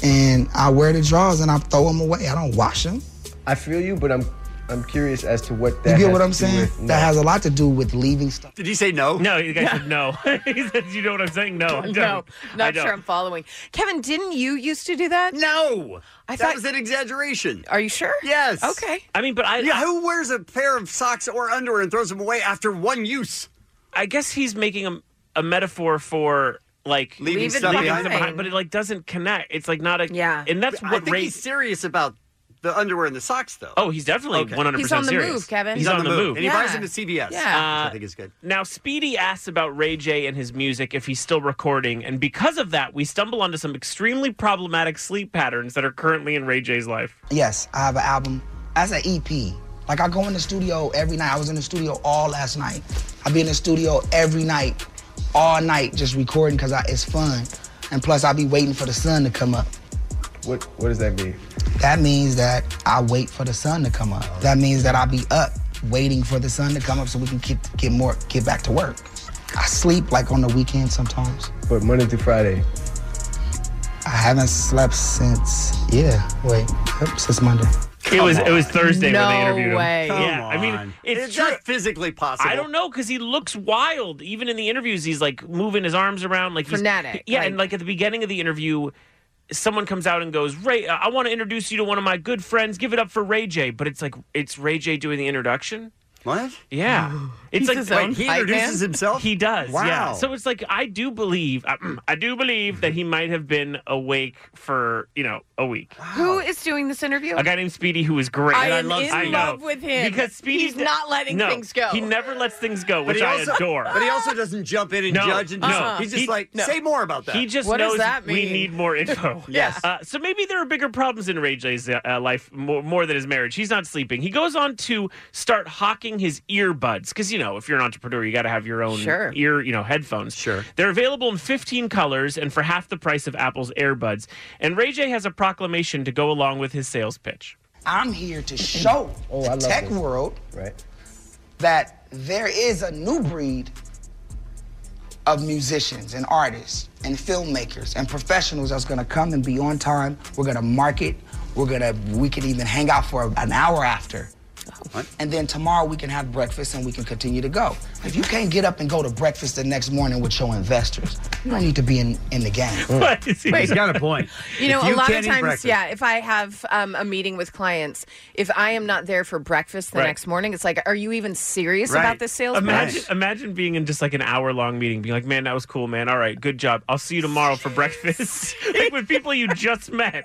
and I wear the drawers and I throw them away. I don't wash them. I feel you, but I'm I'm curious as to what that. You get has what I'm to do saying? with- That has a lot to do with leaving stuff. Did he say no? No, the guy said no. he said, "You know what I'm saying? No, I don't. No, I not don't. sure I'm following. Kevin, didn't you used to do that? No, I that thought was an exaggeration. Are you sure? Yes. Okay. I mean, but I. Yeah, who wears a pair of socks or underwear and throws them away after one use? I guess he's making a, a metaphor for like Leaving Leaving stuff behind. them but it like doesn't connect. It's like not a yeah, and that's I what think Ray- he's serious about the underwear and the socks, though. Oh, he's definitely Okay. 100% He's on the serious. move, Kevin. He's, on, the move. And he buys them at Yeah. CVS, which I think is good. Now, Speedy asks about Ray J and his music if he's still recording, and because of that, we stumble onto some extremely problematic sleep patterns that are currently in Ray J's life. Yes, I have an album. That's an EP. Like I go in the studio every night. I was in the studio all last night. I be in the studio every night, all night, just recording because it's fun. And plus, I be waiting for the sun to come up. What What does that mean? That means that I wait for the sun to come up. That means that I be up waiting for the sun to come up so we can get get more get back to work. I sleep like on the weekend sometimes. But Monday through Friday. I haven't slept since yeah wait yep, since Monday. it was it was Thursday when they No interviewed him. way. Come yeah, I on. mean, it's, Is true. that physically possible? I don't know because he looks wild. Even in the interviews, he's like moving his arms around, like he's- Frenetic, Yeah, like- and like at the beginning of the interview, someone comes out and goes, "Ray, uh, I want to introduce you to one of my good friends. Give it up for Ray J." But it's like it's Ray J doing the introduction. What? Yeah, it's He's like his own Wait, he hype introduces man? himself. He does. Wow. Yeah. So it's like I do believe, I do believe that he might have been awake for you know a week. Who is doing this interview? A guy named Speedy who is great. I am in know. love with him because Speedy's He's not letting no, things go. He never lets things go, But which he I also- adore. But he also doesn't jump in and No, judge. And no. just- he's just He- like, no. say more about that. He just knows we need more info. yes. Uh, so maybe there are bigger problems in Ray J's uh, uh, life more, more than his marriage. He's not sleeping. He goes on to start hawking replacing his earbuds because you know if you're an entrepreneur you got to have your own Sure. ear you know headphones. Sure, they're available in 15 colors and for half the price of Apple's earbuds. And Ray J has a proclamation to go along with his sales pitch. I'm here to show the love tech this. world that there is a new breed of musicians and artists and filmmakers and professionals that's gonna come and be on time. We're gonna market. We're gonna we can even hang out for an hour after. And then tomorrow we can have breakfast and we can continue to go. If you can't get up and go to breakfast the next morning with your investors, you don't need to be in, in the game. What is he- Wait. He's got a point. You know, a lot of times, yeah, if I have um, a meeting with clients, if I am not there for breakfast the Right. next morning, it's like, are you even serious about this sales Imagine, pitch? imagine being in just like an hour long meeting, being like, "Man, that was cool, man. All right, good job. I'll see you tomorrow for breakfast." like with people you just met,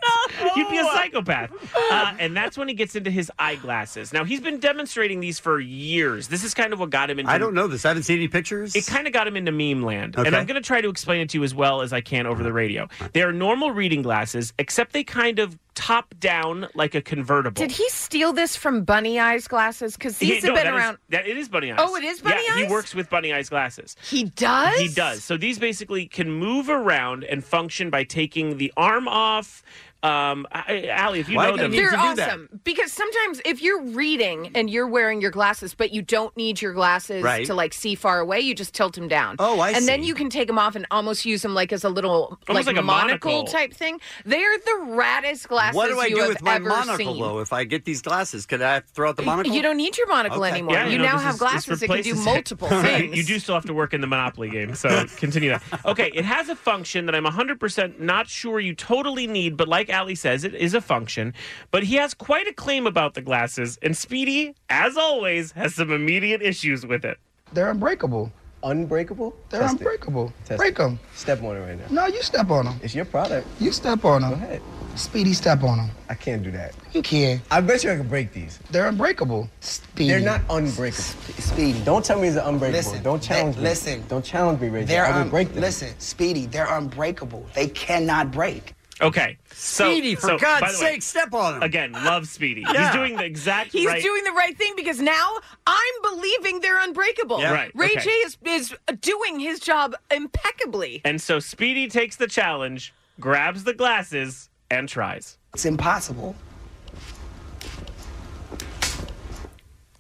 you'd be a psychopath. Uh, and that's when he gets into his eyeglasses. Now he's been demonstrating these for years. This is kind of what got him into. I don't know this. I haven't seen any pictures. It kind of got him into meme land. Okay. And I'm going to try to explain it to you as well as I can over the radio. They are normal reading glasses, except they kind of top down like a convertible. Did he steal this from Bunny Eyes glasses? Because He- these no, have been that is- around. that it is bunny eyes. Oh, it is Bunny yeah, Eyes? He works with bunny eyes glasses. He does. He does. So these basically can move around and function by taking the arm off. Um, I- Allie, if you know them, They're awesome because sometimes if you're reading and you're wearing your glasses, but you don't need your glasses Right. to like see far away, you just tilt them down. Oh, I And then see. you can take them off and almost use them like as a little Almost like a monocle, monocle. type thing. They are the raddest glasses What do I you do have with my ever monocle seen. though? If I get these glasses, could I throw out the monocle? You don't need your monocle Okay. anymore. Yeah, you you know, now this have is- this glasses that can do replaces it. multiple Right. things. You do still have to work in the Monopoly game, so continue that. Okay, it has a function that I'm 100% not sure you totally need, but like Ali says, it is a function. But he has quite a claim about the glasses, and Speedy, as always, has some immediate issues with it. They're unbreakable. Unbreakable? They're Test it. unbreakable. Test Break it. them. Step on it right now. No, you step on them. It's your product. You step on them. Go ahead. Speedy, step on them. I can't do that. You can. I bet you I can break these. They're unbreakable. Speedy. They're not unbreakable. Speedy. Don't tell me it's unbreakable. Listen, Don't challenge they- me. listen. Don't challenge me, Reggie. They're I will un- break them. Listen, Speedy, they're unbreakable. They cannot break. Okay. So, Speedy, for so, God's by the way, sake, step on him. Again, love Speedy. Yeah. He's doing the exact He's right doing the right thing because now I'm believing they're unbreakable. Yeah. Right, Ray okay. J is, is doing his job impeccably. And so Speedy takes the challenge, grabs the glasses, and tries. It's impossible.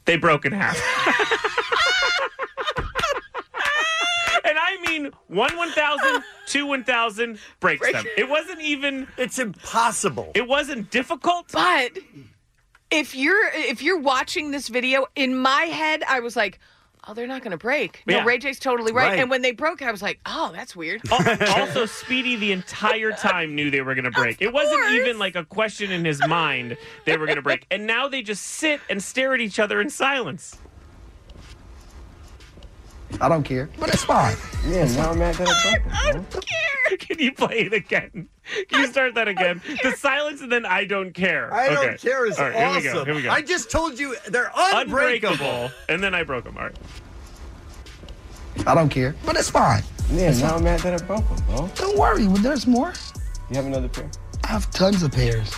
They broke in half. and I mean one 1,000, two 1,000, breaks them. It wasn't even. It's impossible. It wasn't difficult. But if you're if you're watching this video, in my head I was like, oh, they're not going to break. No, Yeah. Ray J's totally right. Right. And when they broke, I was like, oh, that's weird. also, Speedy the entire time knew they were going to break. It wasn't even like a question in his mind they were going to break. And now they just sit and stare at each other in silence. I don't care. But it's fine. Yeah, now I'm at that. Can you play it again? Can you start that again? The silence and then I don't care. I Okay. don't care. It's All right, awesome. Here we go. Here we go. I just told you they're unbreakable. And then I broke them. All right. I don't care. But it's fine. Yeah, It's now fine. I'm at that. I broke them, bro. Don't worry, well, there's more. You have another pair? I have tons of pairs.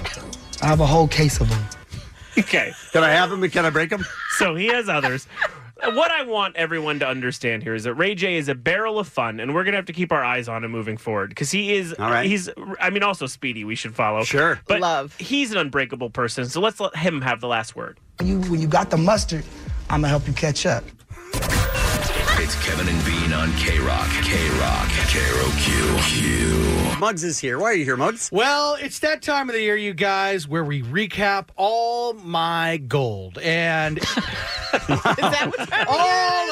I have a whole case of them. Okay. Can I have them and can I break them? So he has others. What I want everyone to understand here is that Ray J is a barrel of fun, and we're gonna have to keep our eyes on him moving forward because he is. All right. He's. I mean, also Speedy. We should follow. Sure. But love. He's an unbreakable person, so let's let him have the last word. When you when you got the mustard, I'ma help you catch up. It's Kevin and Bean on K Rock. K Rock. K R O Q. Muggs is here. Why are you here, Muggs? Well, it's that time of the year, you guys, where we recap all my gold. And all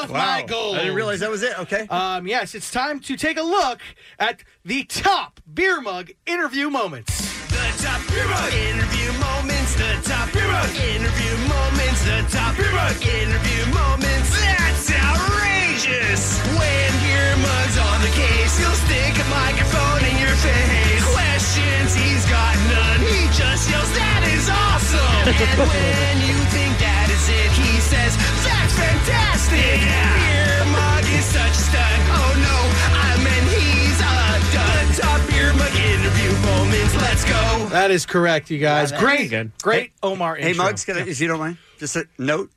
of my Wow. gold. I didn't realize that was it. Okay. Um, yes, it's time to take a look at the top beer mug interview moments. The top hero interview moments. The top hero interview moments. The top hero interview moments. That's outrageous. When your mug's on the case, he'll stick a microphone in your face. Questions he's got none. He just yells, "That is awesome!" and when you think that is it, he says, "That's fantastic." Beer mug is such a stud. Oh no, I meant he's a dud. Top beer mug interview moments. Let's go. That is correct, you guys. Yeah, that's great, good. great Omar Hey, intro. Muggs, can I, if you don't mind, just a note.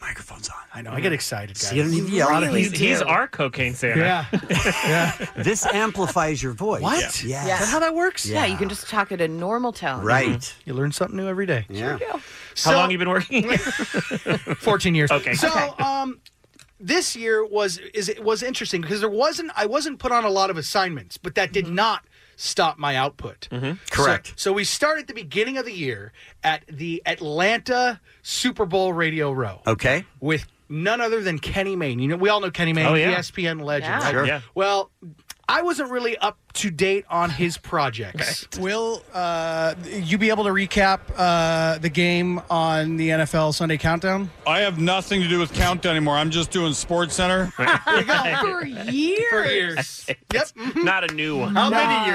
microphone's on. I know. I Mm. get excited, guys. See, you don't need to yell. Really he's, he's do. our cocaine Santa. Yeah. This amplifies your voice. What? Yeah. Is that how that works? Yeah. Yeah. you can just talk at a normal tone. Right. You learn something new every day. How Yeah. Mm-hmm. How long you been working? 14 years. Okay. So, Okay. um, this year was is it was interesting because there wasn't I wasn't put on a lot of assignments, but that did not stop my output. Mm-hmm. Correct. So, so we start at the beginning of the year at the Atlanta Super Bowl Radio Row okay. with none other than Kenny Mayne. You know, we all know Kenny Mayne, E Oh, yeah. ESPN legend. Yeah. Right? Sure. Yeah. Well, I wasn't really up to date on his projects. Will uh, you be able to recap uh, the game on the NFL Sunday Countdown? I have nothing to do with countdown anymore. I'm just doing Sports Center. For years. For years. yep. Not a new one. How many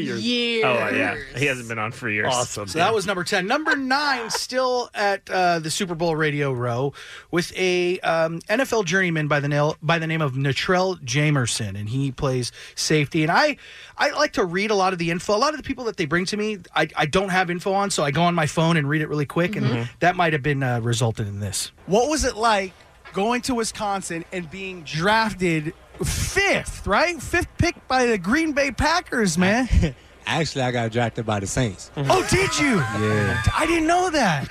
years? Yeah. Oh, yeah. He hasn't been on for years. Awesome. So that was number 10. Number nine, still at uh, the Super Bowl radio row with a um, NFL journeyman by the, nail, by the name of Natrell Jamerson, and he plays safety. And I, I like to read a lot of the info. A lot of the people that they bring to me, I, I don't have info on, so I go on my phone and read it really quick, and that might have been uh, resulted in this. What was it like going to Wisconsin and being drafted fifth, right? Fifth pick by the Green Bay Packers, man. Actually, I got drafted by the Saints. Mm-hmm. oh, did you? Yeah. I didn't know that.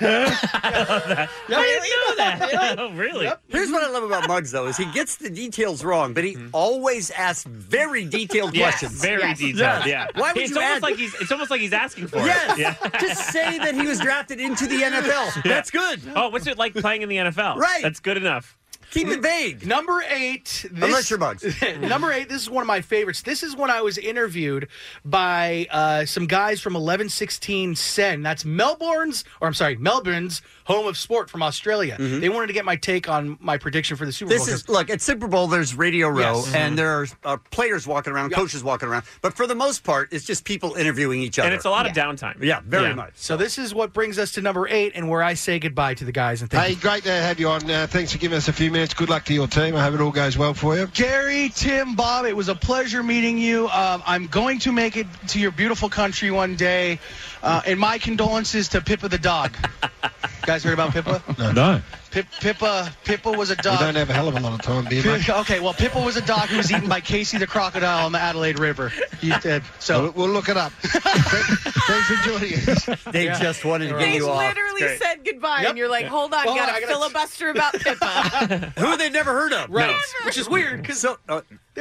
I didn't know that. oh, really? Here's what I love about Muggs, though, is he gets the details wrong, but he always asks very detailed Mm-hmm. Yes, questions. very detailed. Yeah. Why would it's you almost add? like he's it's almost like he's asking for yes. it. Yeah. Just say that he was drafted into the NFL. Yeah. That's good. Oh, what's it like playing in the NFL? Right. That's good enough. Keep it vague. Number eight. This, Unless you're Bugs. number eight. This is one of my favorites. This is when I was interviewed by uh, some guys from 1116 Sen. That's Melbourne's, or I'm sorry, Melbourne's home of sport from Australia. They wanted to get my take on my prediction for the Super Bowl. Mm-hmm. 'cause- This is look at Super Bowl. There's Radio Row, Yes. Mm-hmm. Mm-hmm. and there are uh, players walking around, coaches walking around. But for the most part, it's just people interviewing each other, And it's a lot of downtime. Yeah, very much. So this is what brings us to number eight, and where I say goodbye to the guys and thank Hey, great to have you on. Uh, thanks for giving us a few minutes. Good luck to your team. I hope it all goes well for you. Gary, Tim, Bob, it was a pleasure meeting you. Um, I'm going to make it to your beautiful country one day. Uh, and my condolences to Pippa the dog. you guys heard about Pippa? No. Pip, Pippa, Pippa was a We dog. don't have a hell of a lot of time, do you, mate? Pi- okay, well, Pippa was a dog who was eaten by Casey the crocodile on the Adelaide River. He's dead. So we'll, we'll look it up. Thanks for joining us. They just wanted to get They you off. literally said goodbye, Yep. and you're like, Yeah. hold on, Hold on, got I a gotta- filibuster about Pippa. who they'd never heard of, uh, Right. Which is weird because they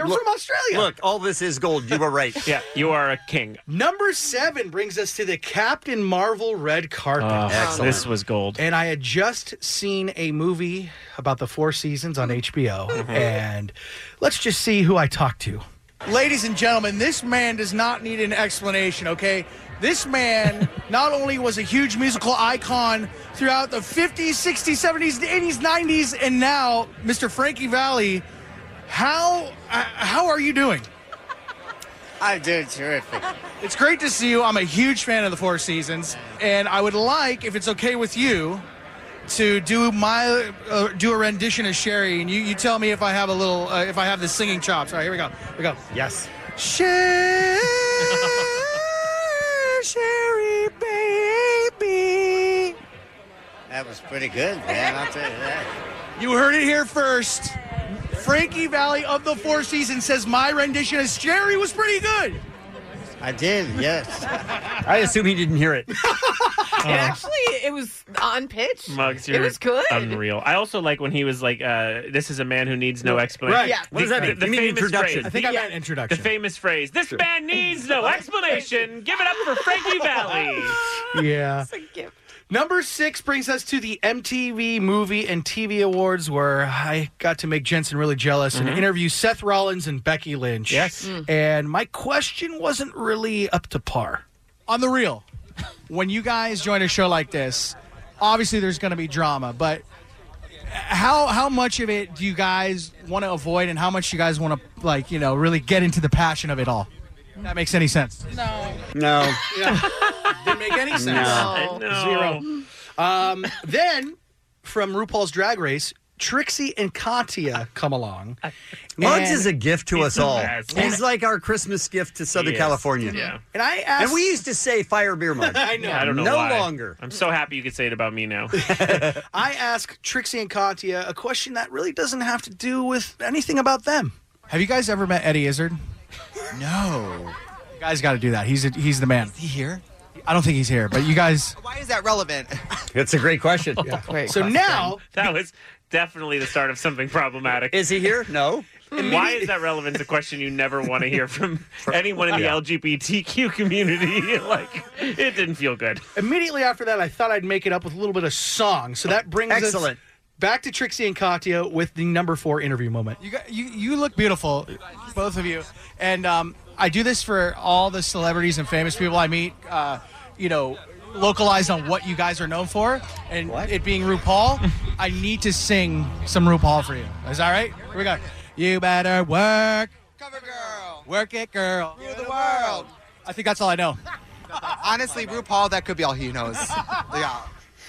were from Australia. Look, all this is gold. You were right. yeah, you are a king. Number seven brings us to the Captain Marvel red carpet. Oh, This was gold. And I had just seen a movie about the four seasons on HBO. Mm-hmm. And let's just see who I talked to. Ladies and gentlemen, this man does not need an explanation, okay? This man not only was a huge musical icon throughout the 50s, 60s, 70s, 80s, 90s, and now Mr. Frankie Valley. How uh, how are you doing? I'm doing terrific. It's great to see you. I'm a huge fan of the Four Seasons, and I would like, if it's okay with you, to do my uh, do a rendition of Sherry, and you, you tell me if I have a little uh, if I have the singing chops. All right, here we go. Here we go. Yes. Sherry, Sherry, baby. That was pretty good, man. I'll tell you that. You heard it here first. Frankie Valley of the Four Seasons says my rendition of Sherry was pretty good. I did, yes. I assume he didn't hear it. And actually, it was on pitch. Uh. Mugs, it you're um, was good. unreal. I also like when he was like, uh, "This is a man who needs no explanation." Right. Yeah. What does that mean? You mean famous introduction? phrase- I think I the- meant introduction. The famous phrase, "This man needs no explanation." Give it up for Frankie Valley. Yeah. Number six brings us to the MTV Movie and TV Awards, where I got to make Jensen really jealous Mm-hmm. and interview Seth Rollins and Becky Lynch. Yes. And my question wasn't really up to par. on the real, when you guys join a show like this, obviously there's going to be drama, but how how much of it do you guys want to avoid, and how much you guys want to like you know really get into the passion of it all? If that makes any sense? No. No. Didn't make any sense. No. No. Zero. Um, then from RuPaul's Drag Race, Trixie and Katya come along. Muggs And- is a gift to us all. He's like our Christmas gift to He Southern is. California. Yeah. And I asked- And we used to say fire beer mug. I know. Yeah, I don't know. No why. longer. I'm so happy you could say it about me now. I ask Trixie and Katya a question that really doesn't have to do with anything about them. Have you guys ever met Eddie Izzard? No. You guys got to do that. He's a, he's the man. Is he here? I don't think he's here, but you guys. Why is that relevant? That's a great question. so now that was definitely the start of something problematic. Is he here? No. Why is that relevant? Is a question you never want to hear from anyone in the Yeah. LGBTQ community. like it didn't feel good. Immediately after that, I thought I'd make it up with a little bit of song. So that brings Excellent. us back to Trixie and Katya with the number four interview moment. You, got, you you look beautiful, both of you. And um, I do this for all the celebrities and famous people I meet. Uh, you know, localized on what you guys are known for, and it being RuPaul. I need to sing some RuPaul for you. Is that right? Here we go. You better work, cover girl, work it, girl. Rule the world. I think that's all I know. Honestly, RuPaul, that could be all he knows. yeah.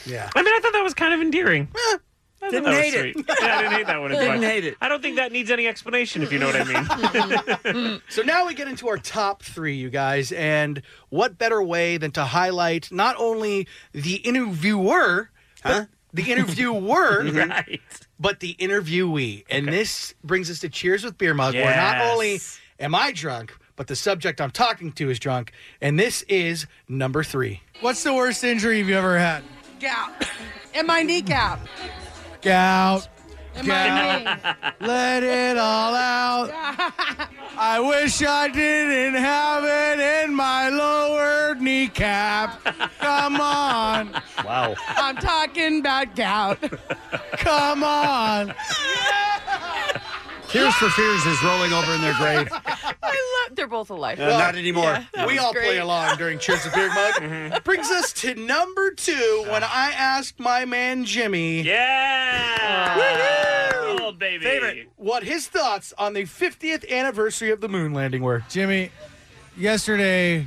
Yeah. I mean, I thought that was kind of endearing. I thought Didn't that was hate it. sweet. Yeah, I didn't hate that one. as Didn't much. hate it. I don't think that needs any explanation, if you know what I mean. Mm, so now we get into our top three, you guys, and what better way than to highlight not only the interviewer, but the interviewer, right. but the interviewee. And this brings us to Cheers with Beer Mug, where not Yes. only am I drunk, but the subject I'm talking to is drunk. And this is number three. What's the worst injury you've ever had? Gout. And my kneecap. Gout. Am I Gout. Let it all out. I wish I didn't have it in my lower kneecap. Come on. Wow. I'm talking about gout. Come on. Tears for Fears is rolling over in their grave. I love. They're both alive. Uh, not anymore. that we was all play great. along during Cheers with Beer Mug. Brings us to number two when I asked my man Jimmy. Yeah! Old baby. Favorite. What his thoughts on the 50th anniversary of the moon landing were? Jimmy, yesterday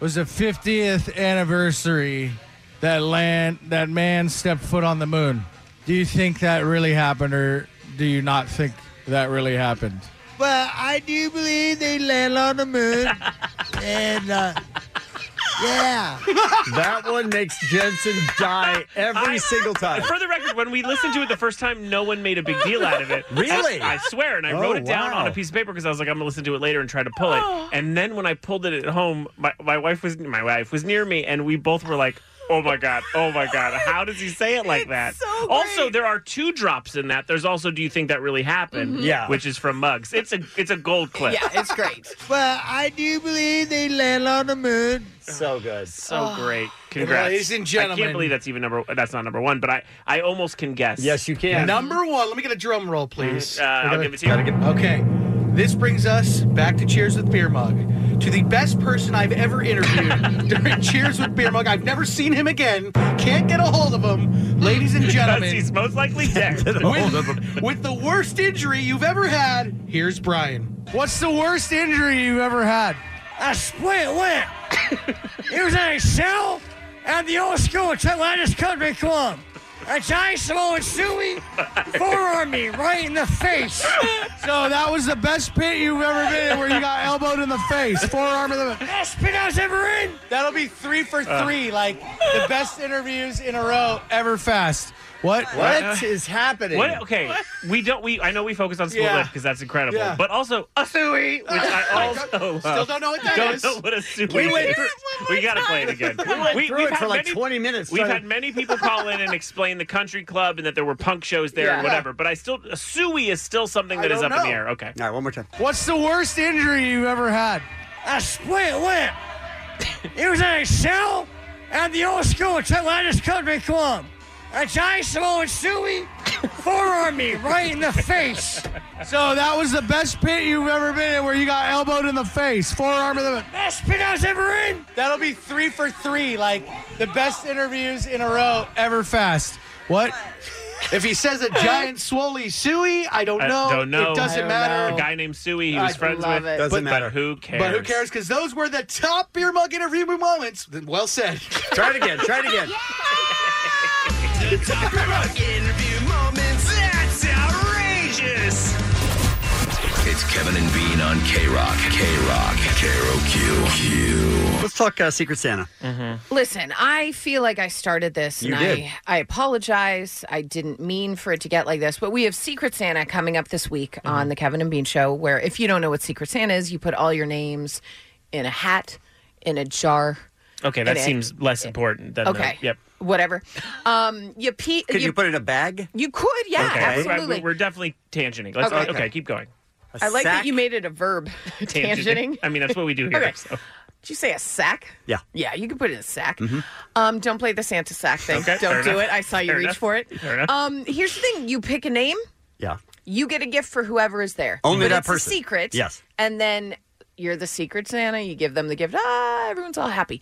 was the 50th anniversary that land that man stepped foot on the moon. Do you think that really happened or do you not think that really happened? But I do believe they land on the moon. and uh, yeah. That one makes Jensen die every single time. For the record, when we listened to it the first time, no one made a big deal out of it. Really? I, I swear. And I Oh, wrote it down wow. on a piece of paper because I was like, I'm gonna listen to it later and try to pull it. And then when I pulled it at home, my, my wife was my wife was near me, and we both were like. Oh my god! Oh my god! How does he say it like that? also, there are two drops in that. There's also, do you think that really happened? Mhm. Yeah. which is from Muggs. It's a it's a gold clip. it's great. but I do believe they land on the moon. So good. So Oh. great. Congrats. Ladies and I can't gentlemen. believe that's even number that's not number one, but I, I almost can guess. Yes, you Number one. Let me get a drum roll, please. Mhm. Uh, I'll give it to you. Gotta give- Okay. This brings us back to Cheers with Beer Mug. To the best person I've ever interviewed during Cheers with Beer Mug. I've never seen him again. Can't get a hold of him. Ladies and gentlemen. he's most likely dead. with, with the worst injury you've ever had, here's Brian. What's the worst injury you ever had? I split lip. it was a cell at the old school Atlantis Country Club. A giant Samoan suey forearm me right in the face. So that was the best pit you've ever been in where you got elbowed in the face, forearm in the Best pit I was ever in. That'll be three for three, like the best interviews in a row ever fast. What? What is happening? What? Okay, we don't. We I know we focus on split Yeah. lip because that's incredible, Yeah. but also a suey, which I also Still don't know what that that is. is. don't know what a suey We went is. through- we gotta play it again. We went through we've it had for like 20 minutes We've trying to- had many people call in and explain the country club and that there were punk shows there Yeah. and whatever. But I still a suey is still something I that is don't up in the know. air. Okay. All right, one more time. What's the worst injury you've ever had? I split lip. it was a cell at the old school Atlantis Country Club. A giant Samoan suey forearm me right in the face. So that was the best pit you've ever been in where you got elbowed in the face, forearm in the best pit I was ever in. That'll be three for three, like the best interviews in a row ever fast. What? If he says a giant swoley suey, I don't know. I don't know. It doesn't matter. A guy named Suey, he I was friends love with. it. Doesn't but, matter. But who cares? But who cares? Because those were the top beer mug interview moments. Well said. Try it again. Try it again. The top of our interview moments. That's It's Kevin and Bean on K Rock. K Rock. K Q. Let's talk uh, Secret Santa. Mm-hmm. Listen, I feel like I started this You and did. I, I apologize. I didn't mean for it to get like this, but we have Secret Santa coming up this week Mm-hmm. on the Kevin and Bean Show, where if you don't know what Secret Santa is, you put all your names in a hat, in a jar, Okay, that It is. seems less important than the- Okay. yep. whatever. Um, you pe- Could you put it in a bag? You could, yeah, okay. absolutely. We're, we're definitely tangenting. Let's, Okay. okay. keep going. I like that you made it a verb. Tangenting. I mean, that's what we do here. Okay. so. Did you say a sack? Yeah. Mm-hmm. Yeah, you can put it in a sack. Um, don't play the Santa sack thing. Okay, don't fair do enough. it. I saw you Fair reach enough. for it. Fair enough. Um, here's the thing: you pick a name, Yeah. you get a gift for whoever is there. Only but that it's person. A secret. Yes. And then you're the secret Santa. You give them the gift. Ah, everyone's all happy.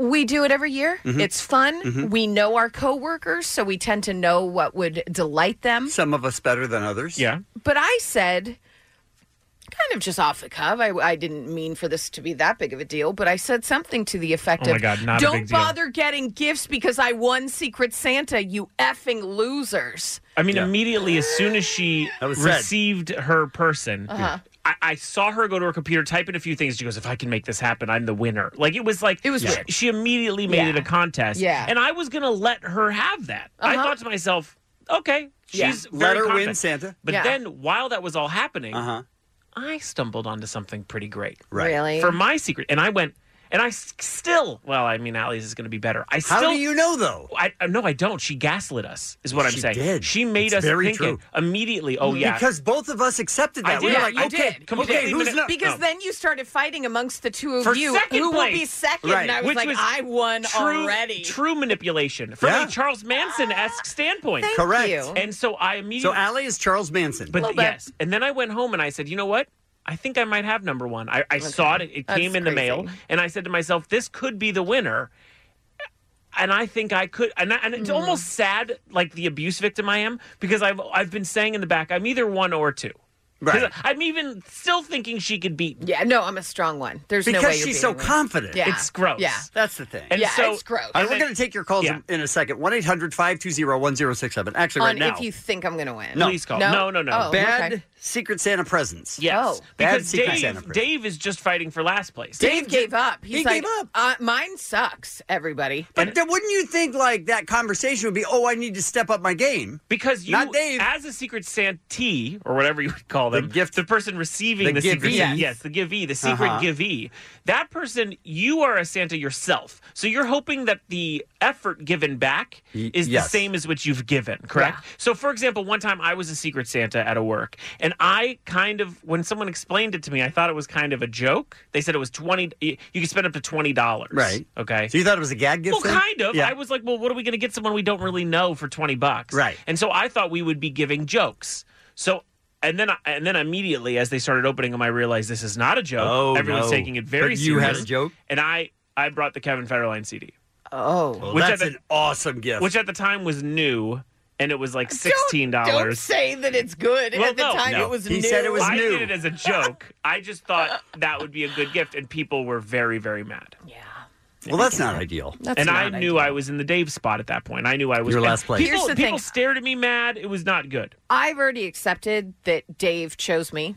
We do it every year. Mhm. It's fun. Mhm. We know our coworkers, so we tend to know what would delight them. Some of us better than others. Yeah. But I said, kind of just off the cuff, I, I didn't mean for this to be that big of a deal, but I said something to the effect Oh my of God, not a Don't big deal." bother getting gifts because I won Secret Santa, you effing losers. I mean, immediately as soon as she said. received her person, Uh-huh. I, I saw her go to her computer, type in a few things. She goes, "If I can make this happen, I'm the winner." Like it was like it was. She, weird. she immediately made it Yeah. a contest. Yeah. and I was gonna let her have that. I Uh-huh. thought to myself, okay, she's Yeah. very Let her win, confident. Santa. But Yeah. then while that was all happening, Uh-huh. I stumbled onto something pretty great. Right. Really? for my secret, and I went. And I s- still, well, I mean, Allie's is going to be better. I How still. do you know, though? I I- no, I don't. She gaslit us, is what I'm She saying. did. She made It's us very think it true. immediately. Oh yeah, Because both of us accepted I that. We did. were like, You okay, did. Completely. okay, who's not? because no. then you started fighting amongst the two of For you second who place. will be second. And I was Which like, I won true, already. Ah, True manipulation from Yeah. a Charles Manson esque standpoint. Thank Correct. you. And so I immediately. So Allie is Charles Manson. but yes, and then I went home and I said, you know what? I think I might have number one. I, I saw it; it That's came in the mail, crazy. and I said to myself, this could be the winner. And I think I could, and, I, and Hmm. it's almost sad, like the abuse victim I am, because I've I've been saying in the back, I'm either one or two. 'Cause Right. I'm even still thinking she could beat me. Yeah, no, I'm a strong one. There's no way because you're she's beating so me. confident. Yeah. It's gross. Yeah. That's the thing. And Yeah, so- it's gross. All right, And we're then- going to take your calls in, in a second. 1 800 520 1067. Actually, On right now. if you think I'm going to win. no. No, no, no. Oh, Bad okay. Secret Santa presents. Oh. Yes, Bad because Secret Dave, Santa presents. Dave is just fighting for last place. Dave, gave up. He's he like, gave Uh, mine sucks, everybody. But then wouldn't you think like that conversation would be, oh, I need to step up my game? Because you, Not Dave. as a secret santee or whatever you would call them, the gift, the person receiving The the, secret, givee. yes. the givee, the secret Uh-huh. givee, that person, you are a Santa yourself, so you're hoping that the effort given back Y- is the yes. same as what you've given, correct? So, for example, one time I was a secret Santa at a work, and I kind of, when someone explained it to me, I thought it was kind of a joke. They said it was twenty, you you could spend up to twenty dollars, Right. Okay, So you thought it was a gag gift? well, thing? kind of. Yeah. I was like, well, what are we going to get someone we don't really know for twenty bucks? Right. And so I thought we would be giving jokes. So and then I, and then immediately as they started opening them, I realized this is not a joke. Oh, Everyone's no. taking it very But seriously. you had a joke? and I I brought the Kevin Federline CD. Oh, Well, that's an awesome gift. Which at the time was new, and it was like sixteen dollars. Don't say that it's good. At the time, it was new. I did it as a joke. I just thought that would be a good gift, and people were very, very mad. Yeah. Well, that's not ideal. That's and I not knew I was in the Dave spot at that point. I knew I was Your last and place. People, Here's the thing. people stared at me mad. It was not good. I've already accepted that Dave chose me.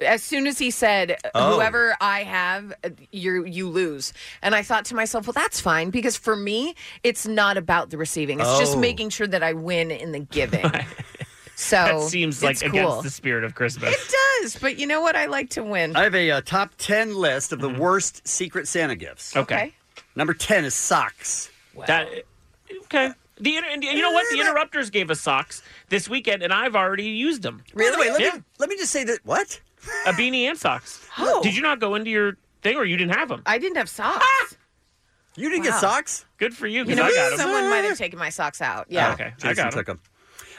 As soon as he said, Oh. "Whoever I have, you you lose," and I thought to myself, "Well, that's fine because for me, it's not about the receiving; it's just Oh. making sure that I win in the giving." so that seems like it's cool. against the spirit of Christmas. It does, but you know what? I like to win. I have a uh, top 10 list of the worst Secret Santa gifts. Okay. Number 10 is socks. That okay. The inter- and you know what? The interrupters gave us socks this weekend, and I've already used them. By the way, let, me, let me just say that. What? A beanie and socks. Oh. Did you not go into your thing, or you didn't have them? I didn't have socks. You didn't get Wow. socks? Good for you. You 'cause know, I got 'em. someone might have taken my socks out. Yeah. Okay, I Oh, Jason got 'em. took 'em.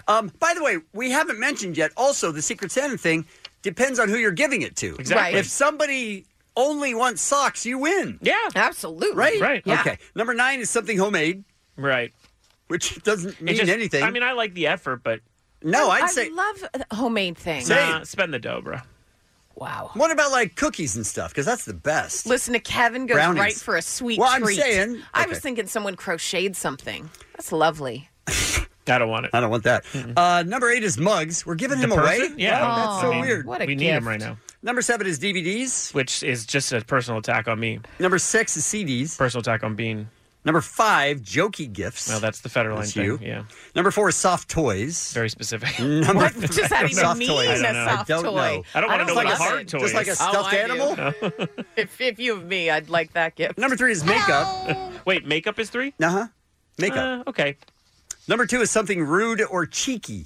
Um, by the way, we haven't mentioned yet. Also, the Secret Santa thing depends on who you're giving it to. Exactly. Right. If somebody only wants socks, you win. Yeah, absolutely. Right, Right. Yeah. Okay. Number nine is something homemade. Right. Which doesn't It mean just- anything. I mean, I like the effort, but no, I'd I say. love homemade things. nah, spend the dough, bro. Wow. What about like cookies and stuff? Because that's the best. Listen to Kevin goes Brownies. right for a sweet Well, I'm treat. saying- I okay. was thinking someone crocheted something. That's lovely. I don't want it. I don't want that. Uh, number eight is mugs. We're giving The him away. person? Yeah. Wow, that's so I Oh, mean, weird. we need him right now. Number seven is DVDs, which is just a personal attack on me. Number six is CDs. Personal attack on Bean. Number five, jokey gifts. Well, that's the Federal That's Line you. thing. Yeah. Number four is soft toys. Very specific. Number What does that I even don't mean, know. a I don't know. soft I don't toy? know. I don't wanna know like what a a hard toy Just like a is. stuffed Oh, I do. animal. if, if you have me, I'd like that gift. Number three is makeup. Wait, makeup is three? Uh huh. Makeup. Uh, okay. Number two is something rude or cheeky.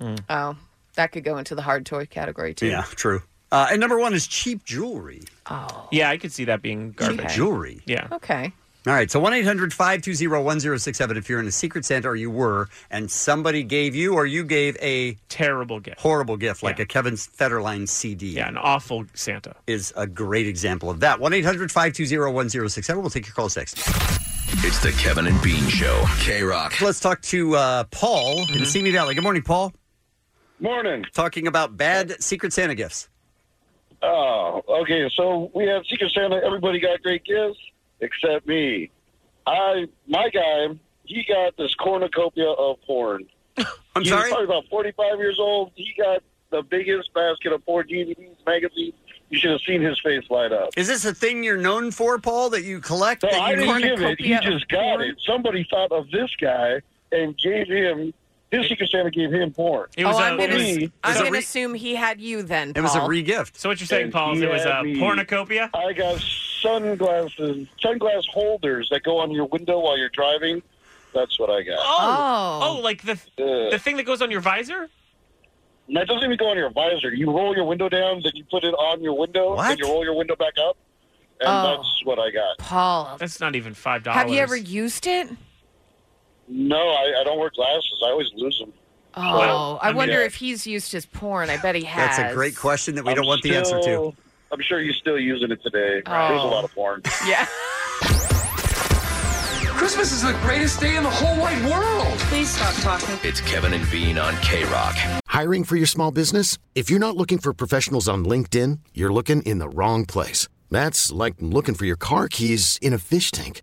Hmm. Oh, that could go into the hard toy category too. Yeah, true. Uh, and number one is cheap jewelry. Oh, Yeah, I could see that being garbage. Cheap jewelry. Yeah. okay. All right, so 1 800 520 1067 if you're in a secret Santa or you were, and somebody gave you or you gave a terrible gift, horrible gift, like a Kevin Federline CD. Yeah, an awful Santa. Is a great example of that. 1 800 520 1067. We'll take your calls next. It's the Kevin and Bean Show. K Rock. Let's talk to uh, Paul in Simi Valley. Good morning, Paul. Morning. Talking about bad secret Santa gifts. Oh, okay. So we had Secret Santa. Everybody got great gifts except me. I, my guy, he got this cornucopia of porn. I'm he sorry? Was probably about 45 years old. He got the biggest basket of porn DVDs, magazines. You should have seen his face light up. Is this a thing you're known for, Paul, that you collect? No, that you I didn't need? give it. He just got it. Somebody thought of this guy and gave him his Secret Santa gave him porn. oh, I'm gonna, Me, I'm gonna assume he had you then. Paul. regift. So what you're saying, And Paul, is he it was had a me- pornucopia? I got sunglasses, sunglass holders that go on your window while you're driving. That's what I got. Oh, oh, like the the thing that goes on your visor? And that doesn't even go on your visor. You roll your window down, then you put it on your window, What? then you roll your window back up, and Oh. that's what I got. Paul, That's not even five dollars. have you ever used it? No, I, I don't wear glasses. I always lose them. Oh, Well, I I mean- wonder Yeah. if he's used his porn. I bet he has. That's a great question that we don't want the answer to. Still- I'm sure you're still using it today. There's a Oh. lot of porn. Yeah. Christmas is the greatest day in the whole wide world. Please stop talking. It's Kevin and Bean on K Rock. Hiring for your small business? If you're not looking for professionals on LinkedIn, you're looking in the wrong place. That's like looking for your car keys in a fish tank.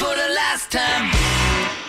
For the last time.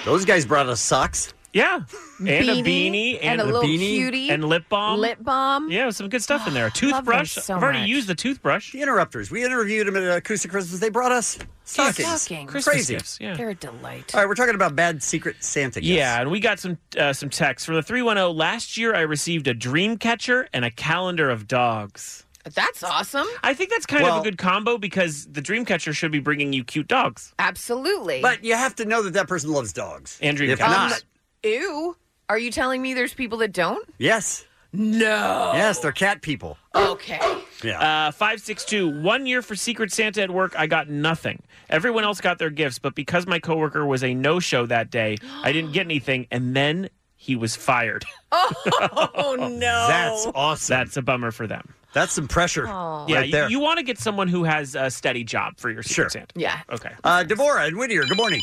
Those guys brought us socks. Yeah. And a Beanie beanie and and, a little beanie cutie. and lip balm. Lip balm. Oh, Yeah, some good stuff in there. Toothbrush. so I've already much. used the toothbrush. The interrupters. We interviewed them at Acoustic Christmas. They brought us stockings. Stocking. Christmas Crazy. gifts, yeah. They're a delight. All right, we're talking about bad secret Santa gifts. Yeah, and we got some uh, some texts from the three one zero. Last year, I received a dream catcher and a calendar of dogs. That's awesome. I think that's kind of a good combo because the dream catcher should be bringing you cute dogs. Absolutely. But you have to know that that person loves dogs. And dream If catcher. not, ew. Are you telling me there's people that don't? yes. No. Yes, they're cat people. Okay. Uh, 562, one year for Secret Santa at work, I got nothing. Everyone else got their gifts, but because my coworker was a no show that day, I didn't get anything, and then he was fired. Oh no. That's awesome. That's a bummer for them. That's some pressure Aw. yeah, right you- there. You, want to get someone who has a steady job for your Secret Santa. Yeah. Okay. Uh, Deborah and Whittier, good morning.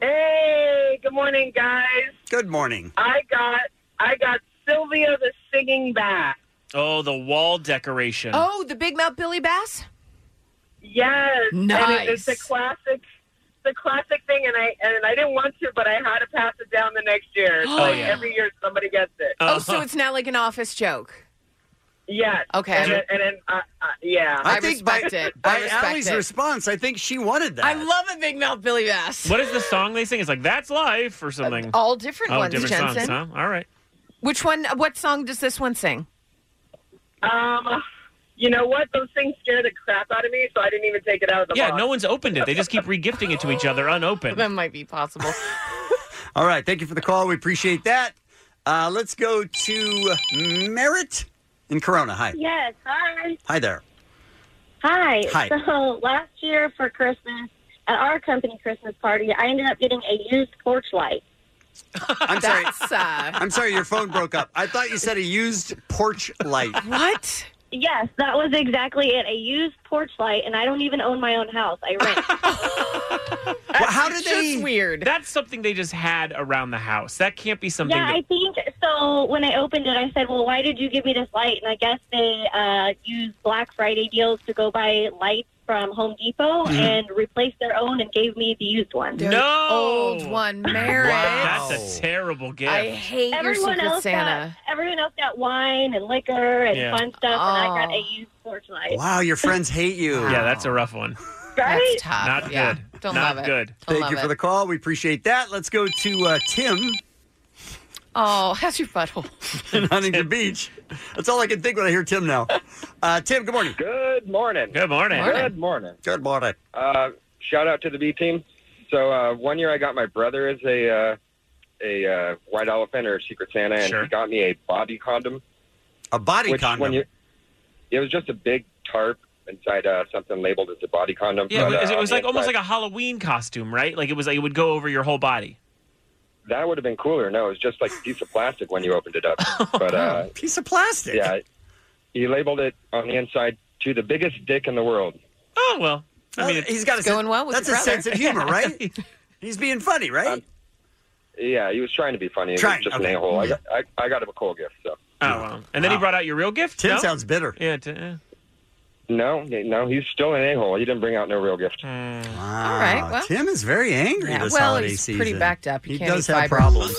Hey, good morning, guys. Good morning. I got I got Sylvia the singing bass. Oh, the wall decoration. Oh, the Big Mouth Billy Bass? Yes, And it- it's a Nice. classic, the classic thing. And I and I didn't want to, but I had to pass it down the next year. It's Oh, like yeah. every year somebody gets it. Oh, so it's not like an office joke. yes. Okay. And then, and then uh, uh, yeah, I respect it. I By respect Allie's it. response, I think she wanted that. I love a Big Mouth Billy Bass. What is the song they sing? It's like, that's life or something. All different oh, ones, different Jensen. songs, huh? All right. Which one? What song does this one sing? Um, you know what? Those things scared the crap out of me, so I didn't even take it out of the Yeah, box. no one's opened it. They just keep regifting it to each other unopened. That might be possible. All right. Thank you for the call. We appreciate that. Uh, let's go to Merritt in Corona. Hi. Yes. Hi. Hi there. Hi. Hi. So last year for Christmas, at our company Christmas party, I ended up getting a used porch light. I'm sorry. I'm sorry. Your phone broke up. I thought you said a used porch light. What? Yes, that was exactly it. A used porch light, and I don't even own my own house. I rent. how did they- just weird. That's something they just had around the house. That can't be something. yeah, that- I think so. When I opened it, I said, "Well, why did you give me this light?" And I guess they uh, used Black Friday deals to go buy lights from Home Depot Mhm. and replace their own, and gave me the used one. no old one, Merritt. That's a terrible gift. I hate your everyone secret else Santa. Got, everyone else got wine and liquor and Yeah. fun stuff, and I Oh. got a used porch light. Wow, your friends hate you. Yeah, that's a rough one. Right? Not good. Not good. Thank you for the call. We appreciate that. Let's go to uh, Tim Oh, how's your butthole? in Huntington Beach. That's all I can think when I hear Tim now. Uh, Tim, good morning. Good morning. Good morning. Good morning. Good morning. Uh, shout out to the B team. So uh, one year I got my brother as a uh, a uh, white elephant or secret Santa, and Sure. he got me a body condom. A body which condom? When you, it was just a big tarp inside uh, something labeled as a body condom. Yeah, but, it was, uh, it was on like the almost inside- like a Halloween costume, right? Like it was like it would go over your whole body. That would have been cooler. No, it was just like a piece of plastic when you opened it up. Oh, But uh, piece of plastic. Yeah, he labeled it on the inside to the biggest dick in the world. Oh well, I mean, he's got a sen- That's a sense of humor, right? He's being funny, right? Um, Yeah, he was trying to be funny. It Trying, was just okay. an a-hole. I got, I, I got him a cool gift, so. Oh, well. And then he brought out your real gift? Tim No? sounds bitter. Yeah. T- eh. yeah. No, no, he's still an a-hole. He didn't bring out no real gift. All right, well- Hmm. Tim is very angry Yeah, this well, holiday he's season. pretty backed up. He He can't does eat have fiber. problems.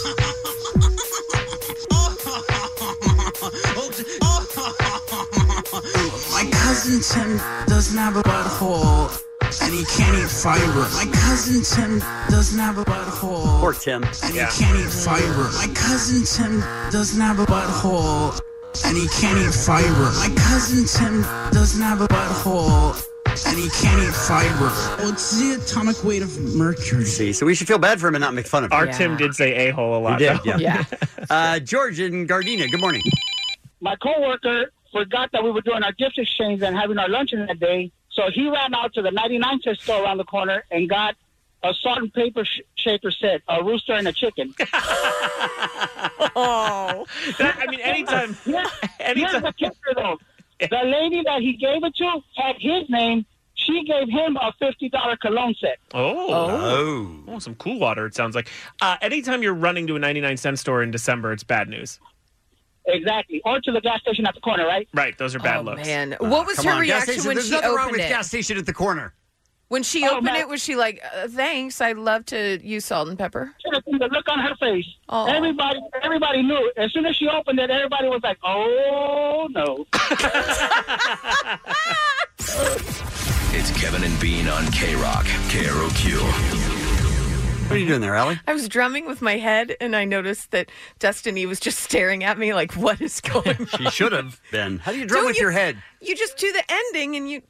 My cousin Tim doesn't have a butthole, and he can't eat fiber. My cousin Tim doesn't have a butthole. Poor Tim. And Yeah. he can't eat fiber. My cousin Tim doesn't have a butthole, and he can't eat fiber. My cousin Tim doesn't have a butthole, and he can't eat fiber. What's the atomic weight of mercury? See, so we should feel bad for him and not make fun of him. Our Tim did say a hole a lot. He did, though. yeah. uh, George in Gardena, good morning. my coworker forgot that we were doing our gift exchange and having our luncheon that day. So he ran out to the 99 cent store around the corner and got a salt and paper sh- shaker set, a rooster and a chicken. oh, I mean, anytime. Yeah, Here's the kicker, though. The lady that he gave it to had his name. She gave him a $50 cologne set. Oh. oh. some cool water, it sounds like. Uh, anytime you're running to a 99 cent store in December, it's bad news. Exactly. Or to the gas station at the corner, right? Right. Those are bad looks. Oh, man. What was come her on, gas reaction station- when there's she nothing opened wrong with it? gas station at the corner. When she Oh, opened man. it, was she like, uh, "Thanks, I love to use salt and pepper"? The look on her face. Oh. Everybody, everybody knew. As soon as she opened it, everybody was like, "Oh no!" It's Kevin and Bean on K Rock, K R O Q. What are you doing there, Allie? I was drumming with my head, and I noticed that Destiny was just staring at me like, "What is going on?" She should have been. How do you drum Don't with you- your head? You just do the ending, and you.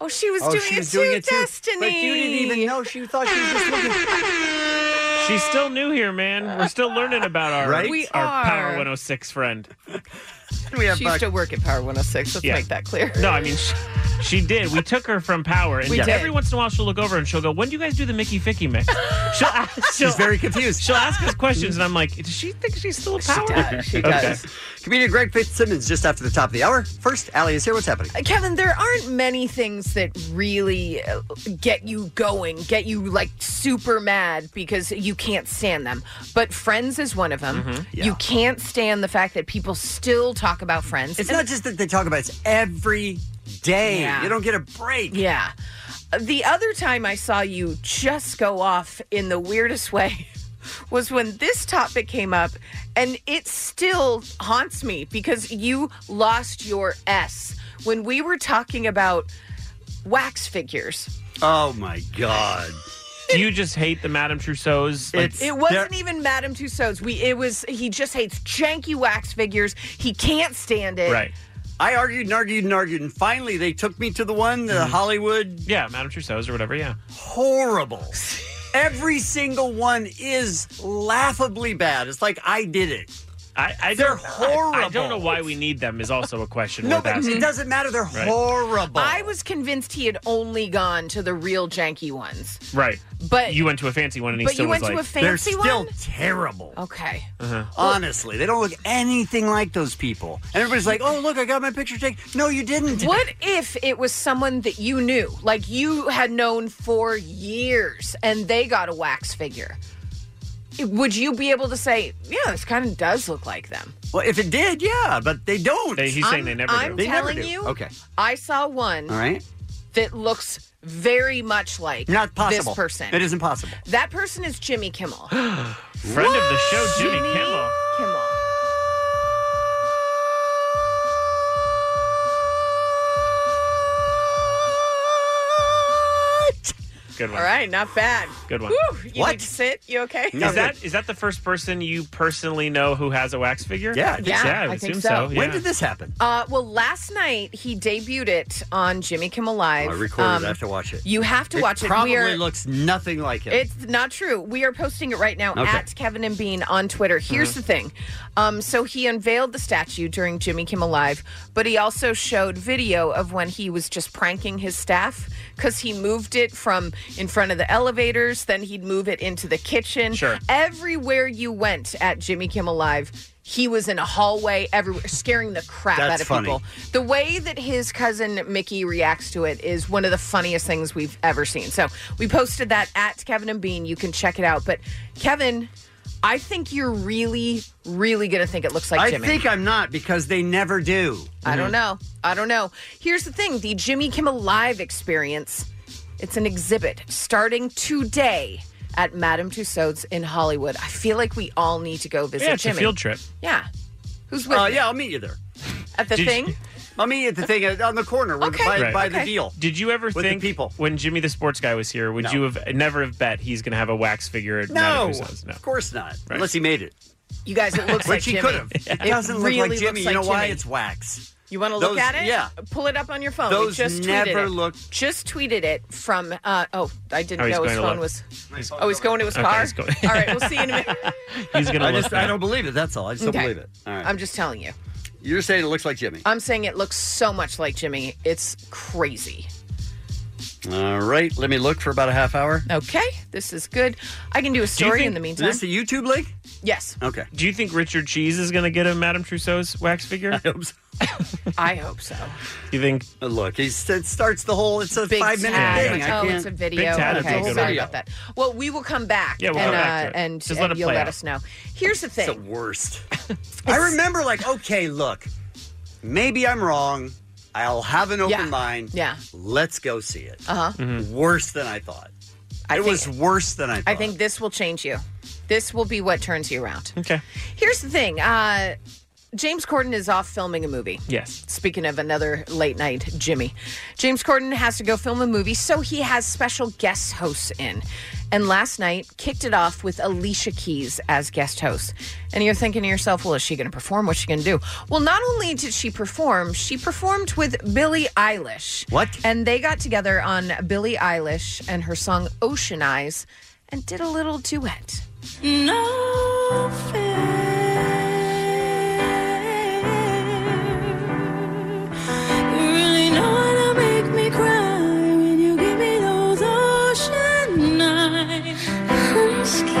Oh, she was Oh, doing she it was too, doing it too. But Destiny. you didn't even know. She thought she was just looking. She's still new here, man. We're still learning about our, Right? We our are. Power 106 friend. we she used to work at Power 106. Let's Yeah. make that clear. No, I mean, she, she did. We took her from power, and We did. every once in a while she'll look over and she'll go, "When do you guys do the Mickey Ficky mix?" She'll, she's very confused. She'll ask us questions, and I'm like, "Does she think she's still a power?" She does. Comedian Greg Fitzsimmons just after the top of the hour. First, Allie is here. What's happening? Uh, Kevin, there aren't many things that really uh, get you going, get you like super mad because you can't stand them. But Friends is one of them. Mhm. You can't stand the fact that people still talk about Friends. It's And- not just that they talk about it, it's every day. Yeah. You don't get a break. Yeah. The other time I saw you just go off in the weirdest way was when this topic came up, and it still haunts me because you lost your S when we were talking about wax figures. Oh my God. Do you just hate the Madame Tussauds? Like, it wasn't even Madame Tussauds. We it was he just hates janky wax figures. He can't stand it. right. I argued and argued and argued, and finally they took me to the one, the Hollywood. Mm-hmm. Yeah, Madame Tussauds or whatever. Yeah. Horrible. Every single one is laughably bad. It's like I did it. I, I They're I- horrible. I, don't know why we need them. Is also a question. No, worth but it asking. doesn't matter. They're Right. horrible. I was convinced he had only gone to the real janky ones. Right. But- you went to a fancy one, and he but still you was went to like, a fancy They're still one? terrible. Okay. Uh-huh. Honestly, they don't look anything like those people. And everybody's like, "Oh, look, I got my picture taken." No, you didn't. What if it was someone that you knew, like you had known for years, and they got a wax figure? Would you be able to say, "Yeah, this kind of does look like them"? Well, if it did, yeah, but they don't. I'm- I'm telling you, Okay. I saw one All right. that looks very much like Not possible. this person. It is impossible. That person is Jimmy Kimmel. "Friend of the show, Jimmy Kimmel." Kimmel. Good one. All right, not bad. Good one. Whew, you What? need to sit. You okay? Is that is that the first person you personally know who has a wax figure? Yeah, I think Yeah, so. yeah I, I assume think so. so. yeah. When did this happen? Uh, well, last night he debuted it on Jimmy Kimmel Live. Oh, I recorded. Um, it. I have to watch it. you have to watch it. We Probably are- looks nothing like it. It's not true. We are posting it right now Okay. at Kevin and Bean on Twitter. Here's Mhm. the thing. Um, so he unveiled the statue during Jimmy Kimmel Live, but he also showed video of when he was just pranking his staff because he moved it from in front of the elevators, then he'd move it into the kitchen. Sure. Everywhere you went at Jimmy Kimmel Live, he was in a hallway everywhere, scaring the crap That's out of funny. people. The way that his cousin Mickey reacts to it is one of the funniest things we've ever seen. So we posted that at Kevin and Bean. You can check it out. But Kevin, I think you're really, really going to think it looks like I Jimmy. think I'm not because they never do. Mm-hmm. I don't know. I don't know. Here's the thing the Jimmy Kimmel Live experience, it's an exhibit starting today at Madame Tussauds in Hollywood. I feel like we all need to go visit Yeah, it's a Jimmy. field trip. Yeah. Who's with Uh, me? yeah, I'll meet you there. At the Did you- thing? I'll meet you at the thing uh, on the corner where- Okay, by, Right. by the deal. Did you ever With the think people. when Jimmy the sports guy was here, would you have never have bet he's going to have a wax figure? At No, Manicousson's? no. of course not. Right. Unless he made it. You guys, it looks Which like he Jimmy. could have. It, doesn't look really like Jimmy. looks you know why? Jimmy. It's wax. You want to look Those- at it? Yeah. Pull it up on your phone. Those we just never tweeted it. look- Just tweeted it from. Uh, oh, I didn't Oh, he's know his going to phone look. was. Oh, he's going to his Okay, car. he's going- All right, we'll see you in a minute. He's gonna I look just, now. I don't believe it. That's all. I just Okay. don't believe it. All right. I'm just telling you. You're saying it looks like Jimmy. I'm saying it looks so much like Jimmy. It's crazy. All right. Let me look for about a half hour. Okay, this is good. I can do a story in the meantime. YouTube link? yes, Okay. Do you think Richard Cheese is going to get a Madame Trousseau's wax figure? I hope so. I hope so. You think? Uh, Look, he's, it starts the whole. It's a Big five minute Tad. thing. I Oh, can't- it's a video. Okay, sorry about that. Well, we will come back. Yeah, we'll and, come back to uh, it. and, Just let and it you'll play let out. us know. Here's the It's thing. the worst. I remember, like, okay, look, maybe I'm wrong. I'll have an open Yeah. mind. Yeah. Let's go see it. Uh huh. Mm-hmm. Worse than I thought. I it think- was worse than I thought. I think this will change you. This will be what turns you around. Okay. Here's the thing. Uh, James Corden is off filming a movie. Yes. Speaking of another late night Jimmy, James Corden has to go film a movie, so he has special guest hosts in. And last night kicked it off with Alicia Keys as guest host. And you're thinking to yourself, well, is she going to perform? What's she going to do? Well, not only did she perform, she performed with Billie Eilish. What? And they got together on Billie Eilish and her song Ocean Eyes and did a little duet. No fair. You really know how to make me cry when you give me those ocean eyes. I'm scared.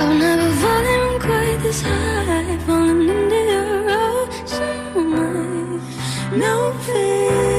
I've never fallen quite this high, fallen into your ocean eyes. No fear.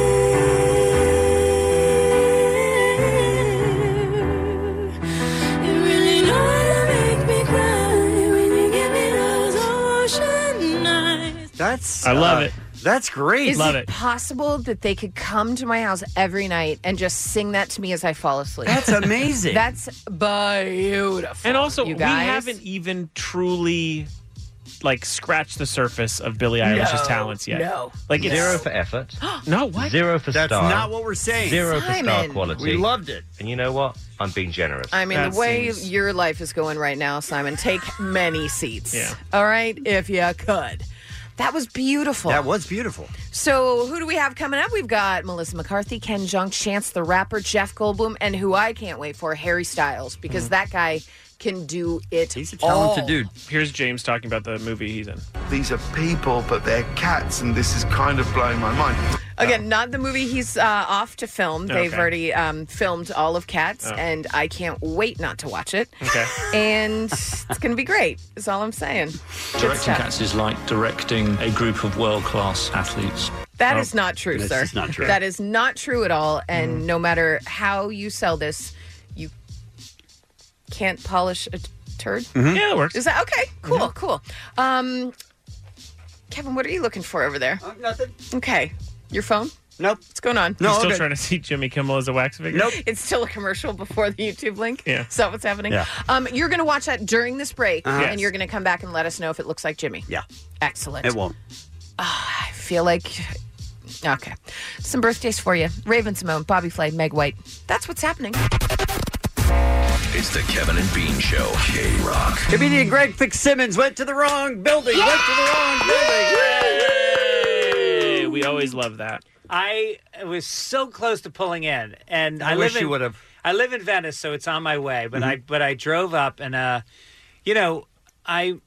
You really know how to make me cry when you give me those ocean eyes. That's. uh, I love it. That's great. Is it, possible that they could come to my house every night and just sing that to me as I fall asleep? That's amazing. That's beautiful. And also, you we guys. haven't even truly like scratched the surface of Billie Eilish's No, talents yet. no. like it's, Zero for effort. no, what? Zero for That's star. not what we're saying. Zero for star Simon. quality. We loved it. And you know what? I'm being generous. I mean, the way your life is going right now, Simon, take many seats. Yeah. All right, if you could. That was beautiful. That was beautiful. So, who do we have coming up? We've got Melissa McCarthy, Ken Jong, Chance the Rapper, Jeff Goldblum, and who I can't wait for, Harry Styles, Mm. because that guy can do it. He's a all. dude. Here's James talking about the movie he's in. These are people, but they're cats, and this is kind of blowing my mind. Again, not the movie he's uh, off to film. They've Oh. Okay. already um, filmed all of Cats, Oh. and I can't wait not to watch it. Okay. and it's going to be great, is all I'm saying. Good Directing stuff. cats is like directing a group of world class athletes. Oh. That That is Oh. is not true, sir. That is not true at all. Mm-hmm. And no matter how you sell this, you can't polish a t- turd. Mm-hmm. Mhm. Yeah, that works. Is that okay? Cool, Mm-hmm. cool. Um, Kevin, what are you looking for over there? Uh, nothing. Okay, your phone. Nope. What's going on? He's still trying to see Jimmy Kimmel as a wax figure. It's still a commercial before the YouTube link. Yeah. Is that what's happening? Yeah. Um, you're going to watch that during this break, Uh-huh. and you're going to come back and let us know if it looks like Jimmy. Yeah. Excellent. Ah, It won't. I feel like. Okay. Some birthdays for you Raven Simone, Bobby Flay, Meg White. That's what's happening. It's the Kevin and Bean Show. K Rock. Comedian Greg Fitzsimmons went to the wrong building. Went to the wrong building. Hey, we always love that. I was so close to pulling in, and I, I wish live in, you would've. Mm-hmm. I live in Venice, so it's on my way. But I but I drove up, and uh, you know, I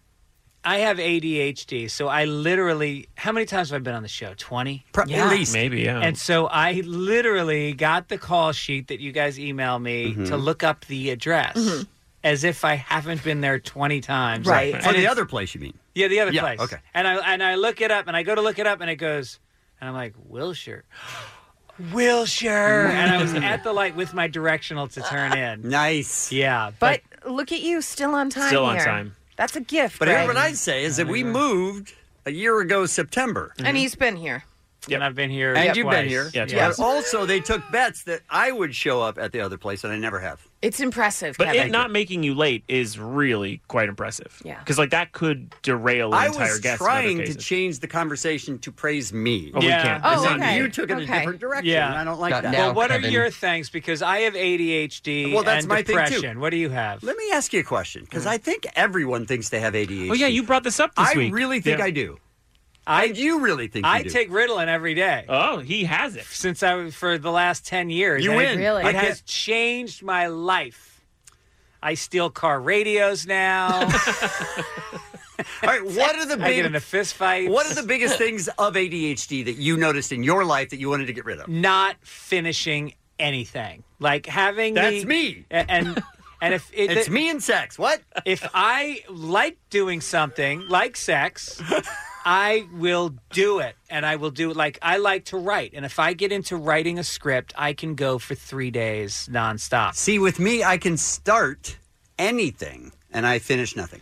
I have ADHD, so I literally how many times have I been on the show? Twenty, Pro- at Yeah. least. Maybe, yeah. And so I literally got the call sheet that you guys email me Mhm. to look up the address, Mhm. as if I haven't been there twenty times, For And the it's- other place, you mean? yeah, the other Yeah, place. okay. And I and I look it up and I go to look it up and it goes and I'm like, Wilshire. Wilshire. and I was at the light with my directional to turn in. Ah, Nice. Yeah. But look at you, still on time. Still on here. time. That's a gift. But Greg. here, what I'd say is that we moved a year ago September. Mm-hmm. And he's been here. And I've been here. And twice. you've been here. Yeah, But twice. also, they took bets that I would show up at the other place, and I never have. It's impressive, But Kevin. it not making you late is really quite impressive. Yeah. Because like that could derail an I entire was guest. in trying other to cases. change the conversation to praise me. Oh, we Yeah. can't. And Oh, then okay. You took it a Okay. different direction. Yeah. and I don't like that. well, what are your things? Because I have ADHD Well, that's and my thing, too. depression. What do you have? Hmm. Let me ask you a question because I think everyone thinks they have ADHD. Oh, yeah, you brought this up this I week. really think Yeah. I do. I you really think you I do. take Ritalin every day. Oh, he has it since I for the last ten years. You and win. It, Really? it has changed my life. I steal car radios now. All right, what are the I get big- into fist fights? What are the biggest things of ADHD that you noticed in your life that you wanted to get rid of? Not finishing anything. Like having That's the- me. a- and and if it, It's me and sex. What if I like doing something like sex? I will do it, and I will do it. Like I like to write, and if I get into writing a script, I can go for three days nonstop. See, with me, I can start anything and I finish nothing.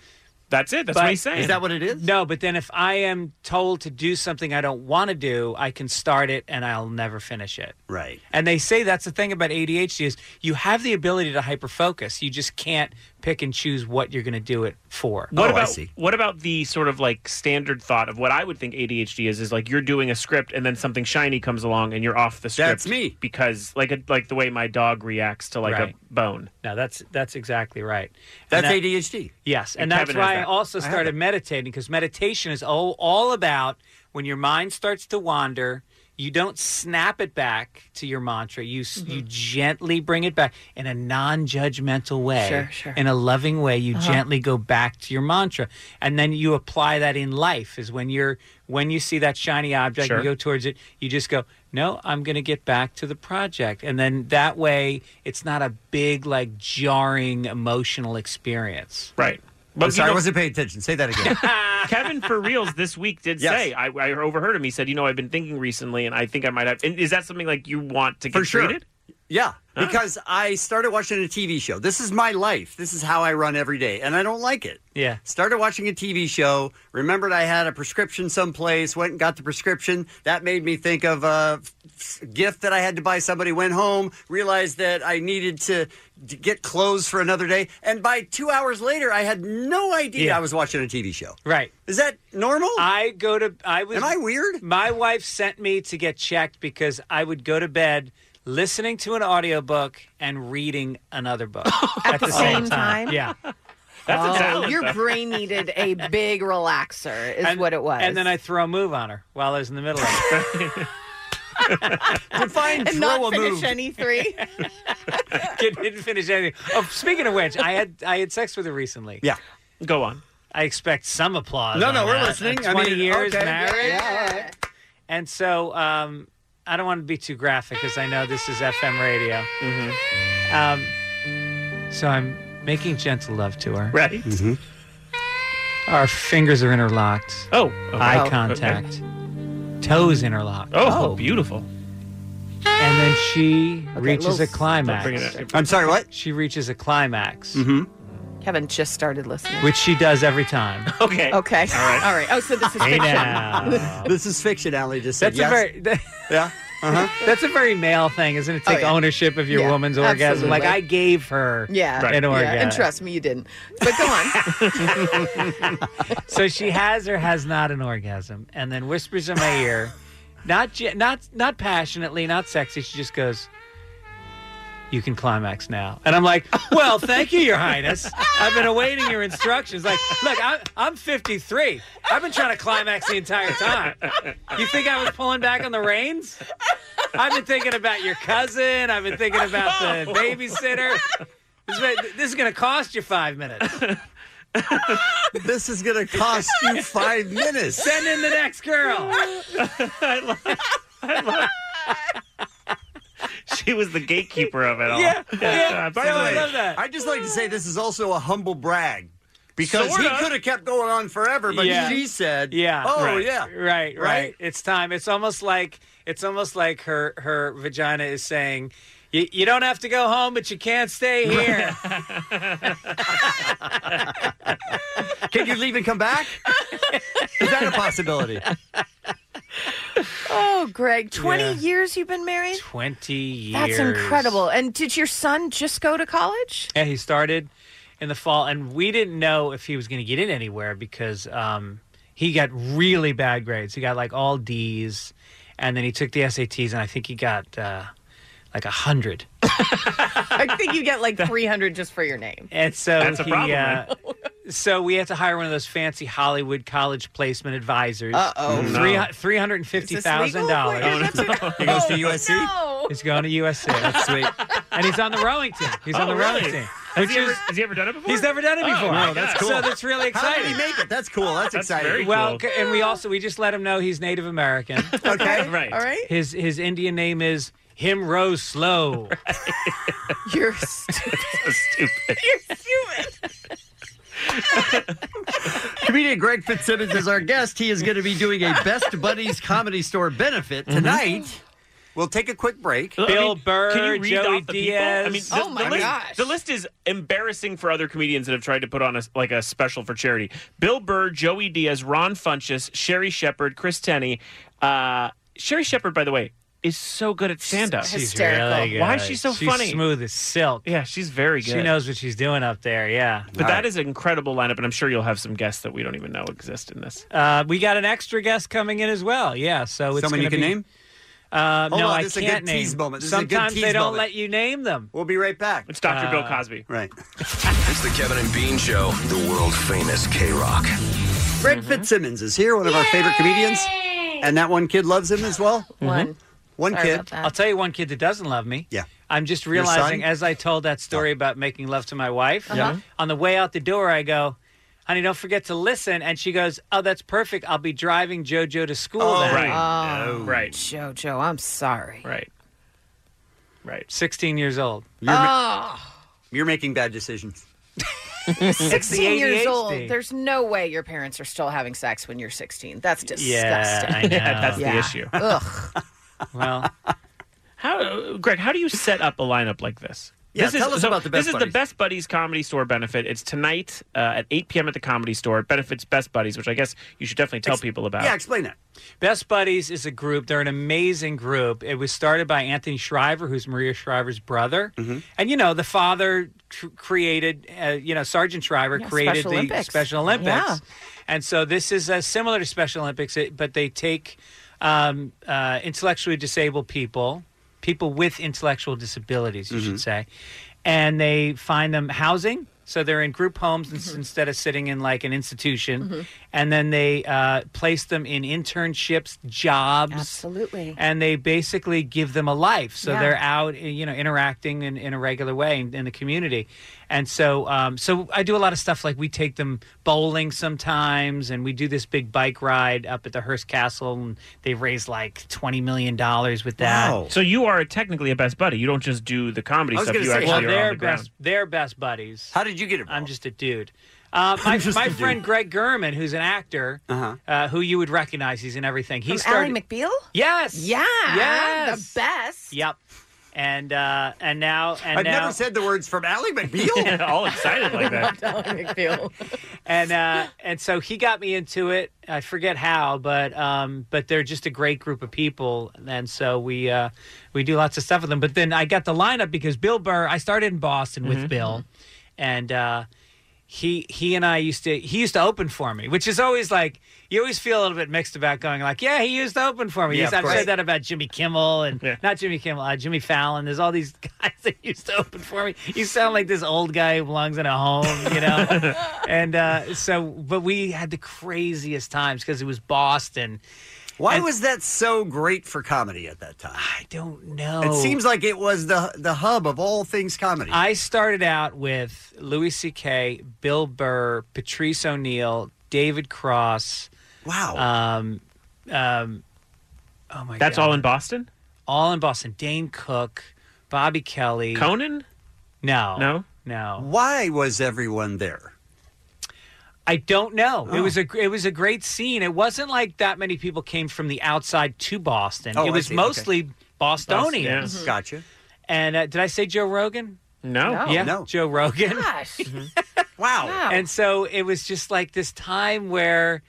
That's it. That's But- what he's saying. Is that what it is? No, but then if I am told to do something I don't want to do, I can start it and I'll never finish it. Right. And they say that's the thing about ADHD is you have the ability to hyperfocus. You just can't pick and choose what you're going to do it for. Oh, What about what about the sort of like standard thought of what I would think ADHD is? Is like you're doing a script and then something shiny comes along and you're off the script. That's me because like a, like the way my dog reacts to like Right. a bone. No, that's that's exactly right. That's ADHD. Yes, and, And that's Kevin has why I that. also I have started that. meditating because meditation is all, all about when your mind starts to wander, you don't snap it back to your mantra. You s Mm-hmm. you gently bring it back in a non-judgmental way, Sure, sure. in a loving way. You Uh-huh. gently go back to your mantra, and then you apply that in life. Is when you're when you see that shiny object, Sure. you go towards it. You just go. No, I'm going to get back to the project. And then that way, it's not a big, like, jarring emotional experience. Right. I'm sorry, I wasn't paying attention. Say that again. Kevin for reals this week did Yes. say I, I overheard him. He said, "You know, I've been thinking recently, and I think I might have." And is that something like you want to get For sure. treated? Yeah. because I started watching a TV show. This is my life. This is how I run every day, and I don't like it. Yeah. Started watching a TV show. Remembered I had a prescription someplace. Went and got the prescription. That made me think of a f- gift that I had to buy somebody. Went home, realized that I needed to d- get clothes for another day, and by two hours later, I had no idea Yeah. I was watching a TV show. Right. Is that normal? I go to I was Am I weird? My wife sent me to get checked because I would go to bed listening to an audiobook and reading another book at the same time? Yeah. oh, your brain needed a big relaxer, is And- what it was. And then I throw a move on her while I was in the middle of it. Define and throw a not finish move. any three. didn't, didn't finish anything. Oh, speaking of which, I had I had sex with her recently. Yeah. Go on. I expect some applause. No, on no, we're that. listening. I Twenty mean, years okay, yeah, married. yeah, And so um, I don't want to be too graphic because I know this is FM radio. Mm-hmm. Um, so I'm making gentle love to her. Right. Mm-hmm. Our fingers are interlocked. Oh. Eye okay. contact. Toes interlocked. Oh, beautiful. And then she reaches little- a climax. Don't bring it up. I'm sorry, what? Mm-hmm. She reaches a climax, Kevin just started listening. which she does every time. Okay. Okay. All right. All right. Oh, so this is Hey fiction. now. this is fiction, Allie just said That's yes. a very yeah. That's a very male thing, isn't it? Uh-huh. Oh, Take yeah. ownership of your Yeah, woman's orgasm. Like absolutely. I gave her Yeah. an orgasm. yeah. And trust me, you didn't. But go on. so she has or has not an orgasm, and then whispers in my ear, not ge- not not passionately, not sexy. She just goes, "You can climax now," and I'm like, "Well, thank you, Your Highness. I've been awaiting your instructions." Like, look, I'm I'm 53. I've been trying to climax the entire time. You think I was pulling back on the reins? I've been thinking about your cousin. I've been thinking about the Oh. babysitter. This is- this is going to cost you five minutes. this is going to cost you five minutes. Send in the next girl. I love, I love. She was the gatekeeper of it all. Yeah, Uh, yeah. by the way, I just like to say this is also a humble brag because he Sorta. could have kept going on forever, but Yeah. she said, Yeah. oh right, yeah, Right, right. It's time. It's almost like it's almost like her her vagina is saying, "You you don't have to go home, but you can't stay here." Can you leave and come back? Is that a possibility? oh, Greg, 20 Yeah. years you've been married? Twenty years. That's incredible. And did your son just go to college? Yeah, he started in the fall, and we didn't know if he was going to get in anywhere because um, he got really bad grades. He got like all D's, and then he took the SATs, and I think he got uh, like a hundred. I think you get like 300 just for your name. And so That's a he, problem, uh, so we had to hire one of those fancy Hollywood college placement advisors. Uh-oh. Three No. three hundred and fifty thousand dollars. He goes to USC. He's going to USC. That's sweet. And he's on the rowing team. He's on Oh, the rowing really? team. Has he, ever, has he ever done it before? He's never done it Oh, before. my No, that's God. cool. So that's really How did exciting. he make it? That's cool. That's, exciting. well, c- and we also we just let him know he's Native American. okay, right. All right. His his Indian name is Him Row Slow. You're stupid. stupid. You're stupid. Comedian Greg Fitzsimmons is our guest. He is going to be doing a Best Buddies Comedy Store benefit Mm-hmm. tonight. We'll take a quick break. I mean, can you read off the People? I mean, Oh Oh the, the list, The list is embarrassing for other comedians that have tried to put on a like a special for charity. Bill Burr, Joey Diaz, Ron Funches, Sherry Shepard, Chris Tenney. Uh, Sherry Shepard, by the way, is so good at stand up. She's really good. Why is she so She's funny? Smooth as silk. Yeah, she's very good. She knows what she's doing up there. Yeah, But that is an incredible lineup, and I'm sure you'll have some guests that we don't even know exist in this. Uh, we got an extra guest coming in as well. Yeah, so it's Someone you can gonna be- name? Uh, Hold no, on, I this is a good can't name. tease moment. This is a good Sometimes tease they don't moment. let you name them. We'll be right back. It's Dr. Bill Uh, Cosby. Right. It's the Kevin and Bean Show, the world famous K Rock. Greg Mm-hmm. Fitzsimmons is here, one of our favorite comedians. And that one kid loves him as well. One. One kid. I'll tell you one kid that doesn't love me. Yeah. I'm just Your son? Oh. realizing as I told that story about making love to my wife, Uh-huh. Yeah. on the way out the door, I go, honey, don't forget to listen. And she goes, oh, that's perfect. I'll be driving JoJo to school then. Oh, right. JoJo, I'm sorry. Oh. Right. Right. 16 years old. You're, ma- Ah. you're making bad decisions. 16 years old. There's no way your parents are still having sex when you're 16. That's disgusting. Yeah, I know. Yeah. Ugh. Well, How, Greg? How do you set up a lineup like this? Yeah, this tell is, us so about the This Best is Buddies. the Best Buddies Comedy Store benefit. It's tonight uh, at 8 p.m. at the Comedy Store. It benefits Best Buddies, which I guess you should definitely tell people about. explain that. Best Buddies is a group. They're an amazing group. It was started by Anthony Shriver, who's Maria Shriver's brother. And, you know, the father tr- created, uh, you know, Sergeant Shriver Yeah, created Special the Olympics. Special Olympics. Yeah. And so this is uh, similar to Special Olympics, it, but they take um, uh, intellectually disabled people, people with intellectual disabilities, you should say, and they find them housing. So they're in group homes ins- Mm-hmm. instead of sitting in like an institution. Mhm. And then they uh, place them in internships, jobs. Absolutely. And they basically give them a life. So Yeah. they're out, eh, you know, interacting in, in a regular way in, in the community. And so, um, so I do a lot of stuff like we take them bowling sometimes, and we do this big bike ride up at the Hearst Castle, and they raise like twenty million dollars with that. So you are technically a Best Buddy. You don't just do the comedy stuff. You actually well, are they're on the ground. best, they're best buddies. How did you get involved? I'm just a dude. Uh, my just my a dude. friend Greg Gurman, who's an actor, Uh-huh. uh who you would recognize, he's in everything. He From started. Ally McBeal? yes. Yeah. Yes. The best. Yep. And uh, and now and I've now, never said the words from Ally McBeal. All excited like that. Ally McBeal. and uh, and so he got me into it. I forget how, but um, but they're just a great group of people, and so we uh, we do lots of stuff with them. But then I got the lineup because Bill Burr. I started in Boston Mm-hmm. with Bill, and uh, he he and I used to he used to open for me, which is always like you always feel a little bit mixed about going like, yeah, he used to open for me. Yeah, Yes, of I've course. said that about Jimmy Kimmel and not Jimmy Kimmel, uh, Jimmy Fallon. There's all these guys that used to open for me. You sound like this old guy who belongs in a home, you know. and uh, so, but we had the craziest times because it was Boston. Why was that so great for comedy at that time? I don't know. It seems like it was the the hub of all things comedy. I started out with Louis C.K., Bill Burr, Patrice O'Neill, David Cross. Wow. Um, um, oh my That's God. all in Boston. All in Boston. Dane Cook, Bobby Kelly, Conan. No, no, no. Why was everyone there? I don't know. It Oh. was a it was a great scene. It wasn't like that many people came from the outside to Boston. Oh, I it was see. Okay. mostly Bostonians. Boston, yeah. Gotcha. And uh, did I say Joe Rogan? No. Yeah, No. Mm-hmm. Joe Rogan. Gosh. wow. And so it was just like this time where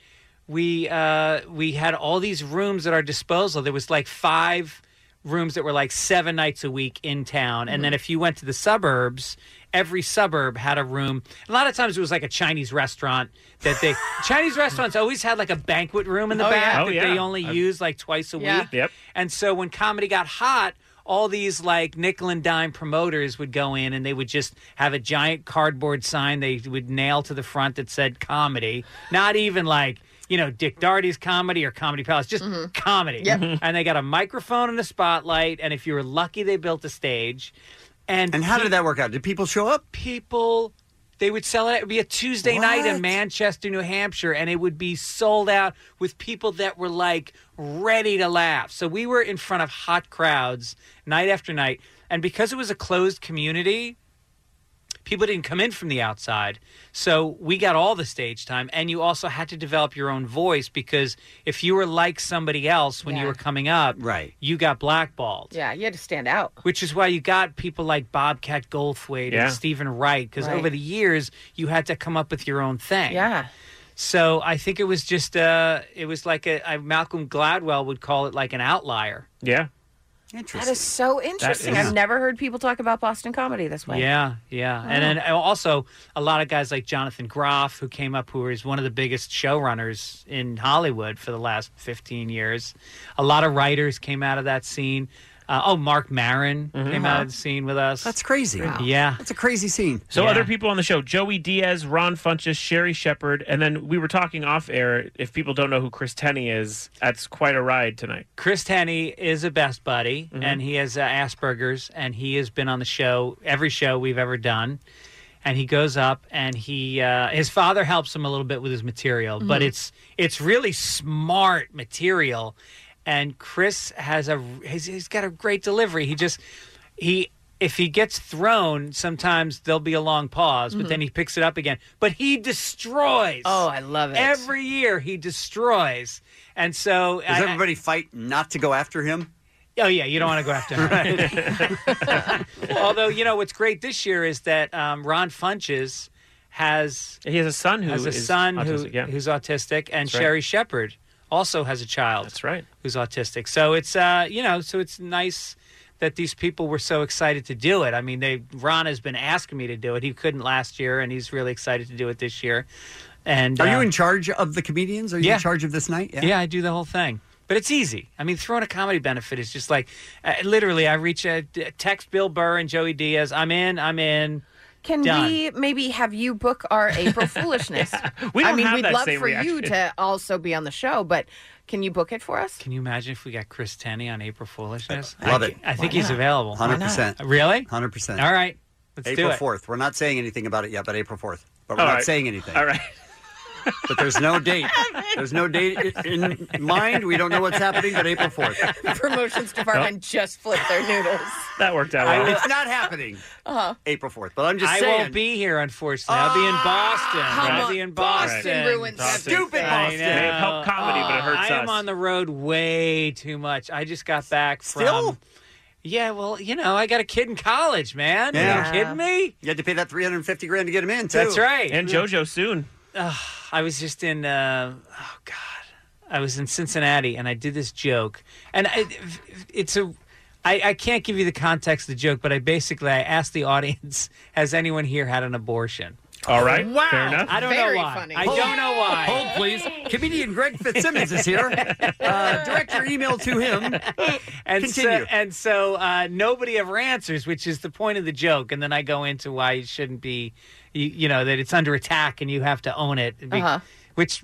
we uh, we had all these rooms at our disposal. There was like five rooms that were like seven nights a week in town, and Mm-hmm. then if you went to the suburbs. Every suburb had a room. A lot of times it was like a Chinese restaurant that they Chinese restaurants always had like a banquet room in the Oh, yeah. back Oh, that yeah. they only I've- used like twice a Yeah. week. Yep. And so when comedy got hot, all these like nickel and dime promoters would go in and they would just have a giant cardboard sign they would nail to the front that said comedy. Not even like, you know, Dick Darty's comedy or Comedy Palace, just comedy. Yep. And they got a microphone and a spotlight. And if you were lucky, they built a stage. And, And how pe- did that work out? Did people show up? People, they would sell it. It would be a Tuesday night What? in Manchester, New Hampshire, and it would be sold out with people that were like ready to laugh. So we were in front of hot crowds night after night. And because it was a closed community, people didn't come in from the outside. So we got all the stage time. And you also had to develop your own voice because if you were like somebody else when you Yeah. were coming up, right. you got blackballed Yeah, you had to stand out. which is why you got people like Bobcat Goldthwait Yeah. and Stephen Wright because Right. over the years you had to come up with your own thing. Yeah. So I think it was just uh, it was like a I, Malcolm Gladwell would call it like an outlier. Yeah. That is so interesting. is- I've never heard people talk about Boston comedy this way. Yeah, yeah. And then also a lot of guys like Jonathan Groff, who came up, who is one of the biggest showrunners in Hollywood for the last 15 years. A lot of writers came out of that scene. Uh, oh, Mark Marin came out of the scene with us. That's crazy. Yeah. That's a crazy scene. So other people on the show: Joey Diaz, Ron Funches, Sherry Shepard, and then we were talking off air. If people don't know who Chris Tenney is, that's quite a ride tonight. Chris Tenney is a best buddy, Mm-hmm. and he has uh, Asperger's, and he has been on the show every show we've ever done. And he goes up, and he uh, his father helps him a little bit with his material, but Mm-hmm. Mhm. it's it's really smart material. And Chris has a he's, he's got a great delivery. He just he if he gets thrown, sometimes there'll be a long pause, but Mhm. then he picks it up again. But he destroys. Oh, I love it. Every year he destroys, and so Does everybody fight not to go after him? Oh yeah, you don't want to go after him. Although you know what's great this year is that um, Ron Funches has he has a son who has a is son who, autistic, yeah. who's autistic, and That's right. Sherry Shepherd also has a child. That's right, who's autistic. So it's uh, you know, so it's nice that these people were so excited to do it. I mean, they Ron has been asking me to do it. He couldn't last year, and he's really excited to do it this year. And Are uh, you in charge of the comedians? Are you Yeah. in charge of this night? yeah. I do the whole thing. But it's easy. I mean, throwing a comedy benefit is just like uh, literally, I reach a d- text Bill Burr and Joey Diaz. I'm in, I'm in. Can Done. we maybe have you book our April Foolishness? We I don't mean, have we'd that love same for you reaction. to also be on the show, but can you book it for us? Can you imagine if we got Chris Tenney on April Foolishness? Love I, it. I think Why he's not? available. 100%. Really? 100%. All right. Let's do April it. 4th. We're not saying anything about it yet, but April 4th. But we're All not right. saying anything. All right. But there's no date. There's no date i- in mind. We don't know what's happening, but April 4th. The promotions department just flipped their noodles. That worked out I- well. it's not happening. Uh-huh. April 4th. But I'm just I saying. won't be here, unfortunately. I'll Ah, be in Boston. I'll be in Boston. Stupid I Boston. know. but it hurts I am us. on the road way too much. I just got back from. Still? Yeah, well, you know, I got a kid in college, man. Are Yeah. you kidding me? You had to pay that 350 grand to get him in, too. That's right. soon. Ugh, I was just in. Uh, oh God, I was in Cincinnati, and I did this joke, and I, it's a. I, I can't give you the context of the joke, but I basically I asked the audience, "Has anyone here had an abortion?" All right, Wow. fair enough. I don't Very know why. funny. I Hold- don't know why. hold, please. Comedian Greg Fitzsimmons is here. Uh, direct your email to him. and Continue. so and so uh, nobody ever answers, which is the point of the joke. And then I go into why you shouldn't be, you, you know, that it's under attack and you have to own it, be- Uh-huh. which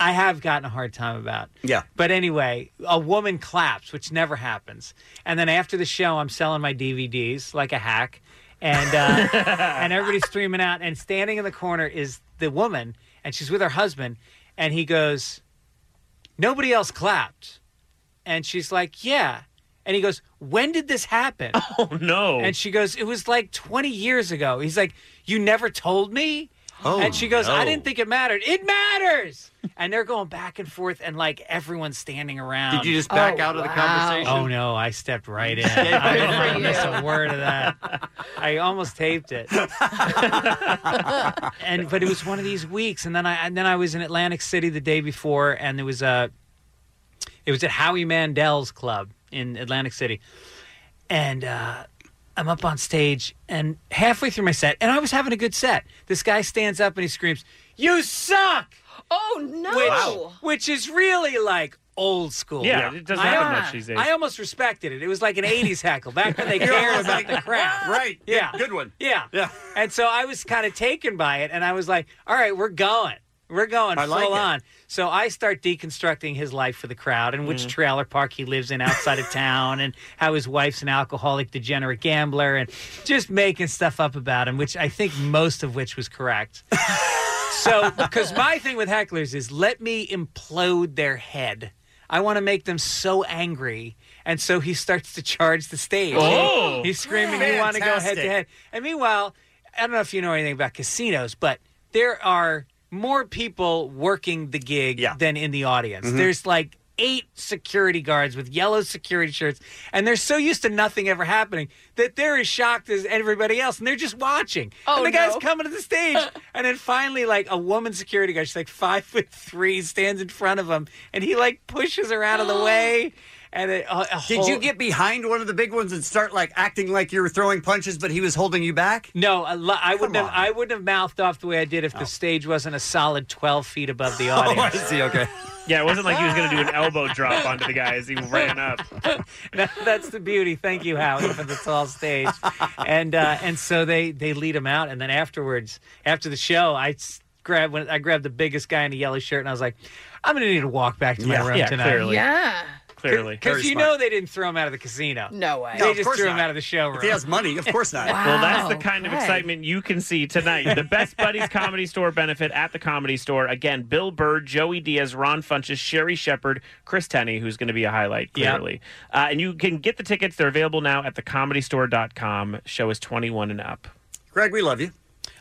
I have gotten a hard time about. Yeah. But anyway, a woman claps, which never happens. And then after the show, I'm selling my DVDs like a hack, and uh, and everybody's streaming out. And standing in the corner is the woman, and she's with her husband, and he goes, "Nobody else clapped," and she's like, "Yeah." And he goes, "When did this happen?" Oh no! And she goes, "It was like 20 years ago." He's like, "You never told me." Oh, and she goes, no. "I didn't think it mattered." It matters. and they're going back and forth, and like everyone's standing around. Did you just back Oh, out of the wow. conversation? Um, Oh no, I stepped right in. Stayed I right didn't for want to you. miss a word of that. I almost taped it. and but it was one of these weeks, and then I and then I was in Atlantic City the day before, and there was a. It was at Howie Mandel's club in Atlantic City, and uh, I'm up on stage, and halfway through my set, and I was having a good set. This guy stands up and he screams, "You suck!" Oh no! Which, which is really like old school. Yeah, it doesn't I happen al- much these days. I almost respected it. It was like an '80s heckle back when they You're cared almost about like, "Ah, the crap. Right. Yeah. Good one. Yeah. Yeah. And so I was kind of taken by it, and I was like, all right, we're going. We're going I full like it. on. So I start deconstructing his life for the crowd and which Mhm. trailer park he lives in outside of town and how his wife's an alcoholic degenerate gambler and just making stuff up about him, which I think most of which was correct. so, because my thing with hecklers is let me implode their head. I want to make them so angry. And so he starts to charge the stage. Oh. He's screaming, "We want to go head to Fantastic. head." And meanwhile, I don't know if you know anything about casinos, but there are more people working the gig than in the audience. Mm-hmm. Mhm. There's like eight security guards with yellow security shirts, and they're so used to nothing ever happening that they're as shocked as everybody else, and they're just watching. Oh, and the no. guy's coming to the stage, and then finally, like a woman security guard, she's like five foot three, stands in front of him, and he like pushes her out of the way. And it, a, a Did whole- you get behind one of the big ones and start like acting like you were throwing punches, but he was holding you back? No, uh, I, lo- I wouldn't have. I wouldn't have mouthed off the way I did if the stage wasn't a solid twelve feet above the audience. Oh, I see. Okay. Yeah, it wasn't like he was going to do an elbow drop onto the guy as he ran up. That- that's the beauty. Thank you, Howie, for the tall stage. And uh, and so they they lead him out, and then afterwards, after the show, I s- grabbed when I grabbed the biggest guy in the yellow shirt, and I was like, I'm gonna need to walk back to my Yeah, room yeah, tonight. clearly. Yeah. Clearly. because you know they didn't throw him out of the casino. No way. They just threw him out of the showroom. If he has money, of course not. Well, that's the kind of excitement you can see tonight. The Best Buddies Comedy Store benefit at the Comedy Store. Again, Bill Bird, Joey Diaz, Ron Funches, Sherry Shepard, Chris Tenney, who's going to be a highlight, Yeah. clearly. Uh, and you can get the tickets. They're available now at thecomedystore.com. Show is 21 and up. Greg, we love you.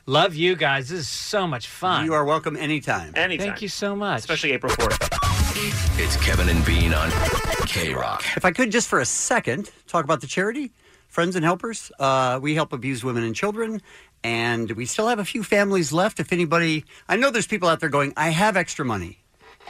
Love you guys. This is so much fun. You are welcome anytime. Anytime. Thank you so much. Especially April 4th. It's Kevin and Bean on K Rock. If I could just for a second talk about the charity, Friends and Helpers. Uh, we help abused women and children, and we still have a few families left. If anybody, I know there's people out there going, I have extra money.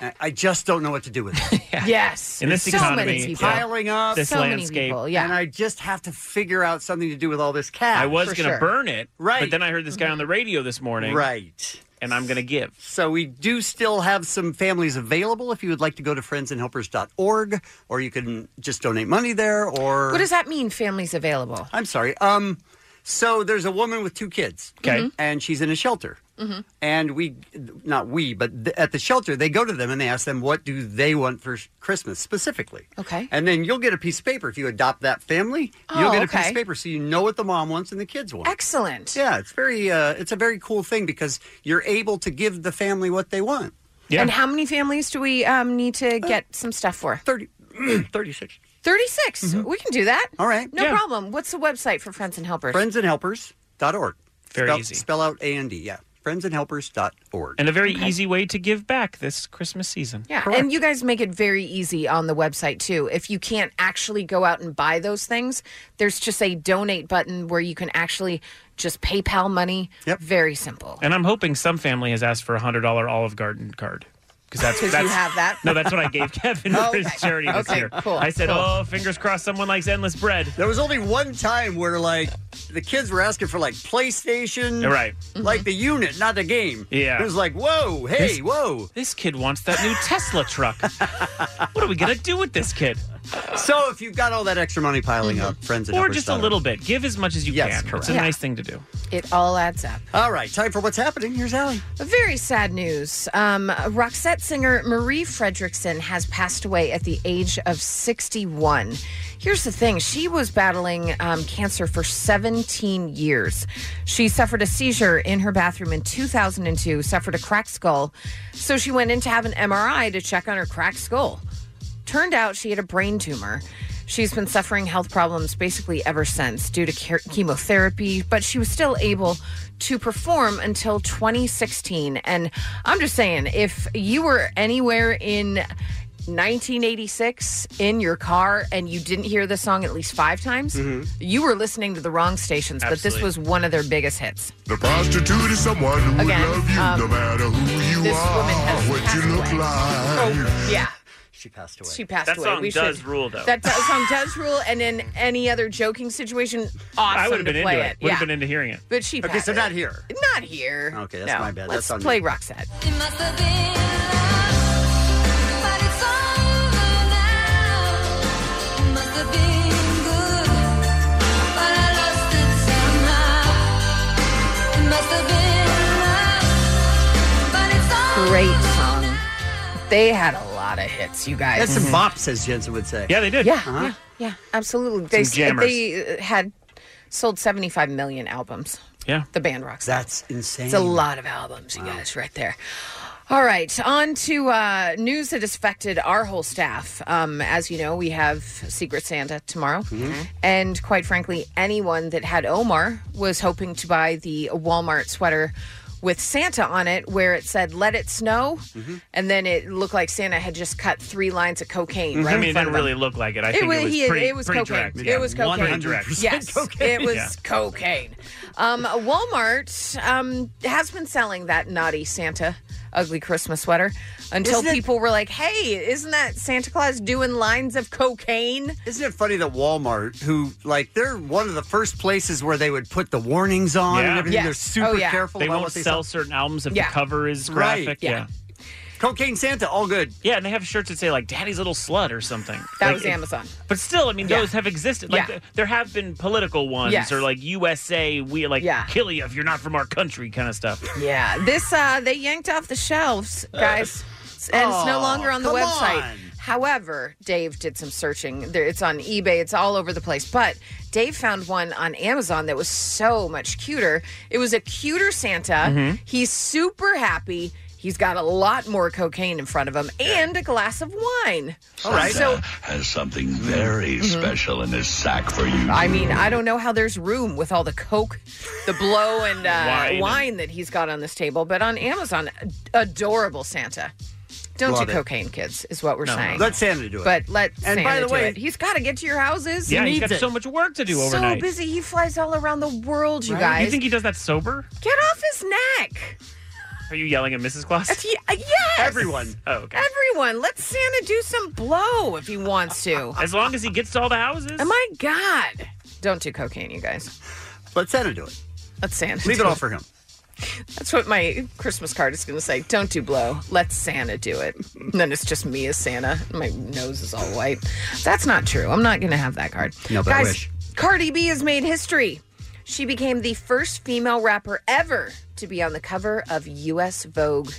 I- I just don't know what to do with it. Yes. In this so economy, many it's people. piling up. This so Many landscape. people, yeah. And I just have to figure out something to do with all this cash. I was going to burn it, Ah, Right. Mm-hmm. But then I heard this guy on the radio this morning, Right. And I'm going to give. So we do still have some families available if you would like to go to friendsandhelpers.org or you can just donate money there or What does that mean? Families available. I'm sorry. Um so there's a woman with two kids. Okay. Mhm. And she's in a shelter. Mhm. And we not we but th- at the shelter they go to them and they ask them what do they want for sh- Christmas specifically. Okay. And then you'll get a piece of paper if you adopt that family, you'll Oh, get a piece okay. of paper so you know what the mom wants and the kids want. Excellent. Yeah, it's very uh, it's a very cool thing because you're able to give the family what they want. And how many families do we um, need to get some stuff for? 30, 36. 36. Mm-hmm. We can do that. All right. No Yeah. problem. What's the website for Friends and Helpers? friendsandhelpers.org. Very spell, easy. Spell out A and D, yeah. friendsandhelpers.org. And a very easy way to give back this Christmas season. Yeah, and you guys make it very easy on the website too. If you can't actually go out and buy those things, there's just a donate button where you can actually just PayPal money. Yep. Very simple. And I'm hoping some family has asked for a hundred dollar Olive Garden card because that's 'Cause you that's have that? No, that's what I gave Kevin for his Okay. charity this Okay, year. cool, I said, cool. "Oh, fingers crossed, someone likes endless bread." There was only one time where like the kids were asking for like PlayStation, Right. Like the unit, not the game. Yeah. it was like, whoa, hey, This- whoa. This kid wants that new Tesla truck. what are we gonna do with this kid? So if you've got all that extra money piling up, friends, and Mm-hmm. Or just a little bit. Give as much as you Yes, can. correct. It's a Yeah. nice thing to do. It all adds up. All right, time for what's happening. Here's Allie. Very sad news. Um, Roxette singer Marie Fredrickson has passed away at the age of 61. Here's the thing she was battling um, cancer for 17 years. She suffered a seizure in her bathroom in 2002, suffered a cracked skull. So she went in to have an MRI to check on her cracked skull. Turned out she had a brain tumor. She's been suffering health problems basically ever since due to care- chemotherapy, but she was still able to perform until 2016. And I'm just saying, if you were anywhere in 1986 in your car and you didn't hear this song at least five times, Mm-hmm. Mhm. you were listening to the wrong stations, but this Absolutely. was one of their biggest hits. The prostitute is someone who Again, would love you um, no matter who you this are, woman has Oh, what you look like. Yeah. She passed She passed That away. song We does should- rule, though. That do- song does rule, and in any other joking situation, awesome I would have been to into play it. it. Would have Yeah. been into hearing it. But she Okay, so passed. not here. Not here. Okay, that's No. my bad. Let's That's on play me. Roxette. Great song. They had a lot of hits, you guys. Mm-hmm. That's some bops, as Jensen would say. Mm-hmm. Yeah, they did. Yeah, Uh-huh. yeah, yeah, absolutely. They Some jammers. they uh, had sold 75 million albums. Yeah. The band Roxette. That's insane. It's a lot of albums, you guys, right there. All right, on to uh, news that has affected our whole staff. Um, as you know, we have Secret Santa tomorrow. Mm-hmm. And quite frankly, anyone that had Omar was hoping to buy the Walmart sweater with Santa on it, where it said, let it snow. Mm-hmm. And then it looked like Santa had just cut three lines of cocaine right Mm-hmm. I mean, in it front of didn't him. really look like it. I think it was he had- pretty, it was pretty cocaine. direct. It Yeah, was cocaine. pretty direct. Yes, it was Yeah. cocaine. Um, Walmart um, has been selling that naughty Santa ugly Christmas sweater until Isn't it- people were like, "Hey, isn't that Santa Claus doing lines of cocaine?" Isn't it funny that Walmart, who like they're one of the first places where they would put the warnings on and Yeah. everything, they're super careful. They about won't what they sell certain albums if Yeah. the cover is Right. graphic. Yeah. Yeah. Cocaine Santa, all good. Yeah, and they have shirts that say like "Daddy's Little Slut" or something. That Like, was it- Amazon. But still, I mean, those have existed. Like, Yeah. th- there have been political ones Yes. or like USA, we like Yeah. kill you if you're not from our country kind of stuff. Yeah, this uh, they yanked off the shelves, guys, and it's no Uh, Aw, longer on the come website. on. However, Dave did some searching. There, it's on eBay. It's all over the place. But Dave found one on Amazon that was so much cuter. It was a cuter Santa. Mm-hmm. Mhm. He's super happy. He's got a lot more cocaine in front of him and a glass of wine. Santa So, has something very Mm-hmm. Mhm. special in his sack for you. I mean, I don't know how there's room with all the coke, the blow, and uh, Wine. wine that he's got on this table. But on Amazon, adorable Santa. Don't Love do it. cocaine, kids, is what we're No, no, saying. no. Let Santa do it. But let And Santa by the do way- it. He's got to get to your houses. Yeah, he he's needs got so much work to do overnight. So busy. He flies all around the world, you Right? guys. You think he does that sober? Get off his neck. Are you yelling at Mrs. Claus? If he- uh, yes. Oh, okay. Everyone. Let Santa do some blow if he wants to. As long as he gets to all the houses. Oh, my God. Don't do cocaine, you guys. Let Santa do it. Let Santa Leave do it all for him. That's what my Christmas card is going to say. Don't do blow. Let Santa do it. And then it's just me as Santa. My nose is all white. That's not true. I'm not going to have that card. No, but I Guys, wish. Cardi B has made history. She became the first female rapper ever to be on the cover of U.S. Vogue.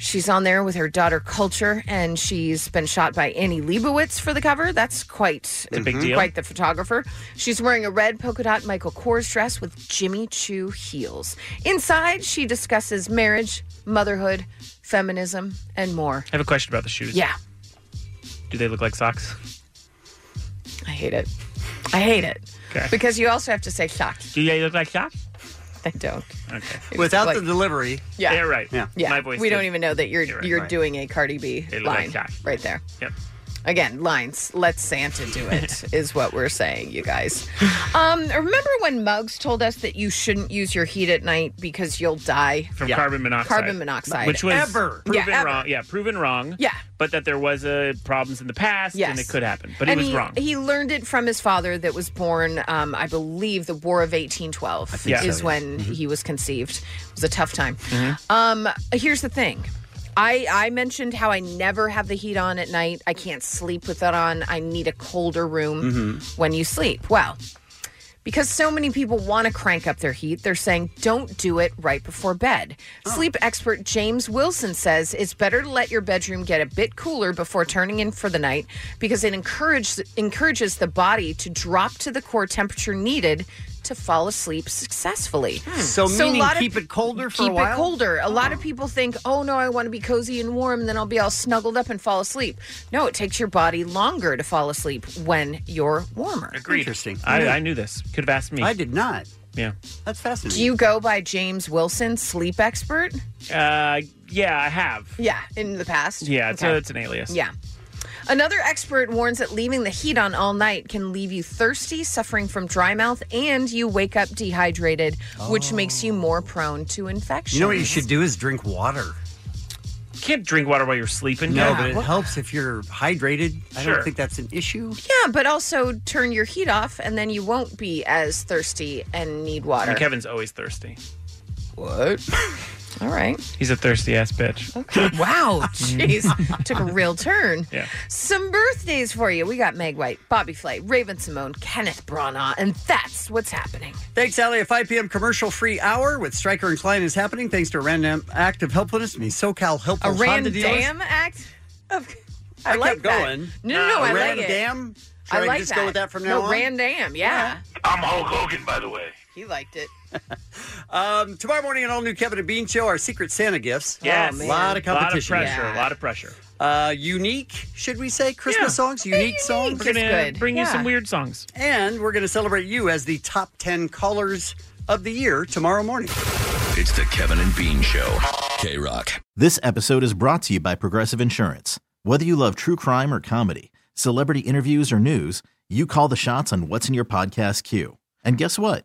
She's on there with her daughter Culture, and she's been shot by Annie Leibovitz for the cover. That's quite Mm-hmm. a big deal. Quite the photographer. She's wearing a red polka dot Michael Kors dress with Jimmy Choo heels. Inside, she discusses marriage, motherhood, feminism, and more. I have a question about the shoes. Yeah, Do they look like socks? I hate it. I hate it Okay. because you also have to say socks. Do they look like socks? I don't. Okay. Without Like- the delivery. Yeah. Yeah, right. Yeah. Yeah, My voice we don't did. even know that you're You're you're, right, right. doing a Cardi B It looked line like that. right there. Yep. Again, lines. Let Santa do it is what we're saying, you guys. Um, remember when Muggs told us that you shouldn't use your heat at night because you'll die From carbon monoxide. Carbon monoxide, Which was yeah, proven ever. wrong. Yeah, proven wrong. Yeah. But that there was uh, problems in the past Yes. and it could happen. But and he was he, wrong. He learned it from his father, that was born, um, I believe, the War of 1812 think so, is yes. when he was conceived. It was a tough time. Um, here's the thing. I, I mentioned how I never have the heat on at night. I can't sleep with that on. I need a colder room Mm-hmm. when you sleep. Well, because so many people want to crank up their heat, they're saying don't do it right before bed. Oh. Sleep expert James Wilson says it's better to let your bedroom get a bit cooler before turning in for the night because it encourages encourages the body to drop to the core temperature needed to fall asleep successfully. So, meaning keep it colder for a keep while? it colder. A lot of people think, "Oh no, I want to be cozy and warm, then I'll be all snuggled up and fall asleep." No, it takes your body longer to fall asleep when you're warmer. Agreed. Interesting. I, Yeah. I knew this. Could have asked me. I did not. Yeah. That's fascinating. Do you go by James Wilson, sleep expert? Uh, yeah, I have. Yeah, in the past. Yeah, it's, Okay. a, it's an alias. Yeah. Another expert warns that leaving the heat on all night can leave you thirsty, suffering from dry mouth, and you wake up dehydrated, which makes Oh. you more prone to infection. You know what you should do is drink water. You can't drink water while you're sleeping. No, Yeah. but it What- helps if you're hydrated. I Sure. don't think that's an issue. Yeah, but also turn your heat off, and then you won't be as thirsty and need water. And Kevin's always thirsty. What? All right. He's a thirsty ass bitch. Okay. Wow. Jeez. Took a real turn. Yeah. Some birthdays for you. We got Meg White, Bobby Flay, Raven Simone, Kenneth Branagh, and that's what's happening. Thanks, Allie. A 5 p.m. commercial free hour with Stryker and Klein is happening thanks to a random act of helpfulness and the SoCal helpful A Honda dealers. random act of. I, I like kept that. going. No, no, no. Uh, I like Random it. Dam? Should I I like just that. go with that from no, now on? Randam, yeah. I'm Hulk Hogan, by the way. He liked it. Um, tomorrow morning, an all new Kevin and Bean show, our Secret Santa gifts. Yes. a lot of competition. A lot of pressure. A lot of pressure. Uh, unique, should we say? Christmas songs, unique, songs. We're gonna bring you some weird songs. And we're going to celebrate you as the top 10 callers of the year tomorrow morning. It's the Kevin and Bean Show. K Rock. This episode is brought to you by Progressive Insurance. Whether you love true crime or comedy, celebrity interviews or news, you call the shots on what's in your podcast queue. And guess what?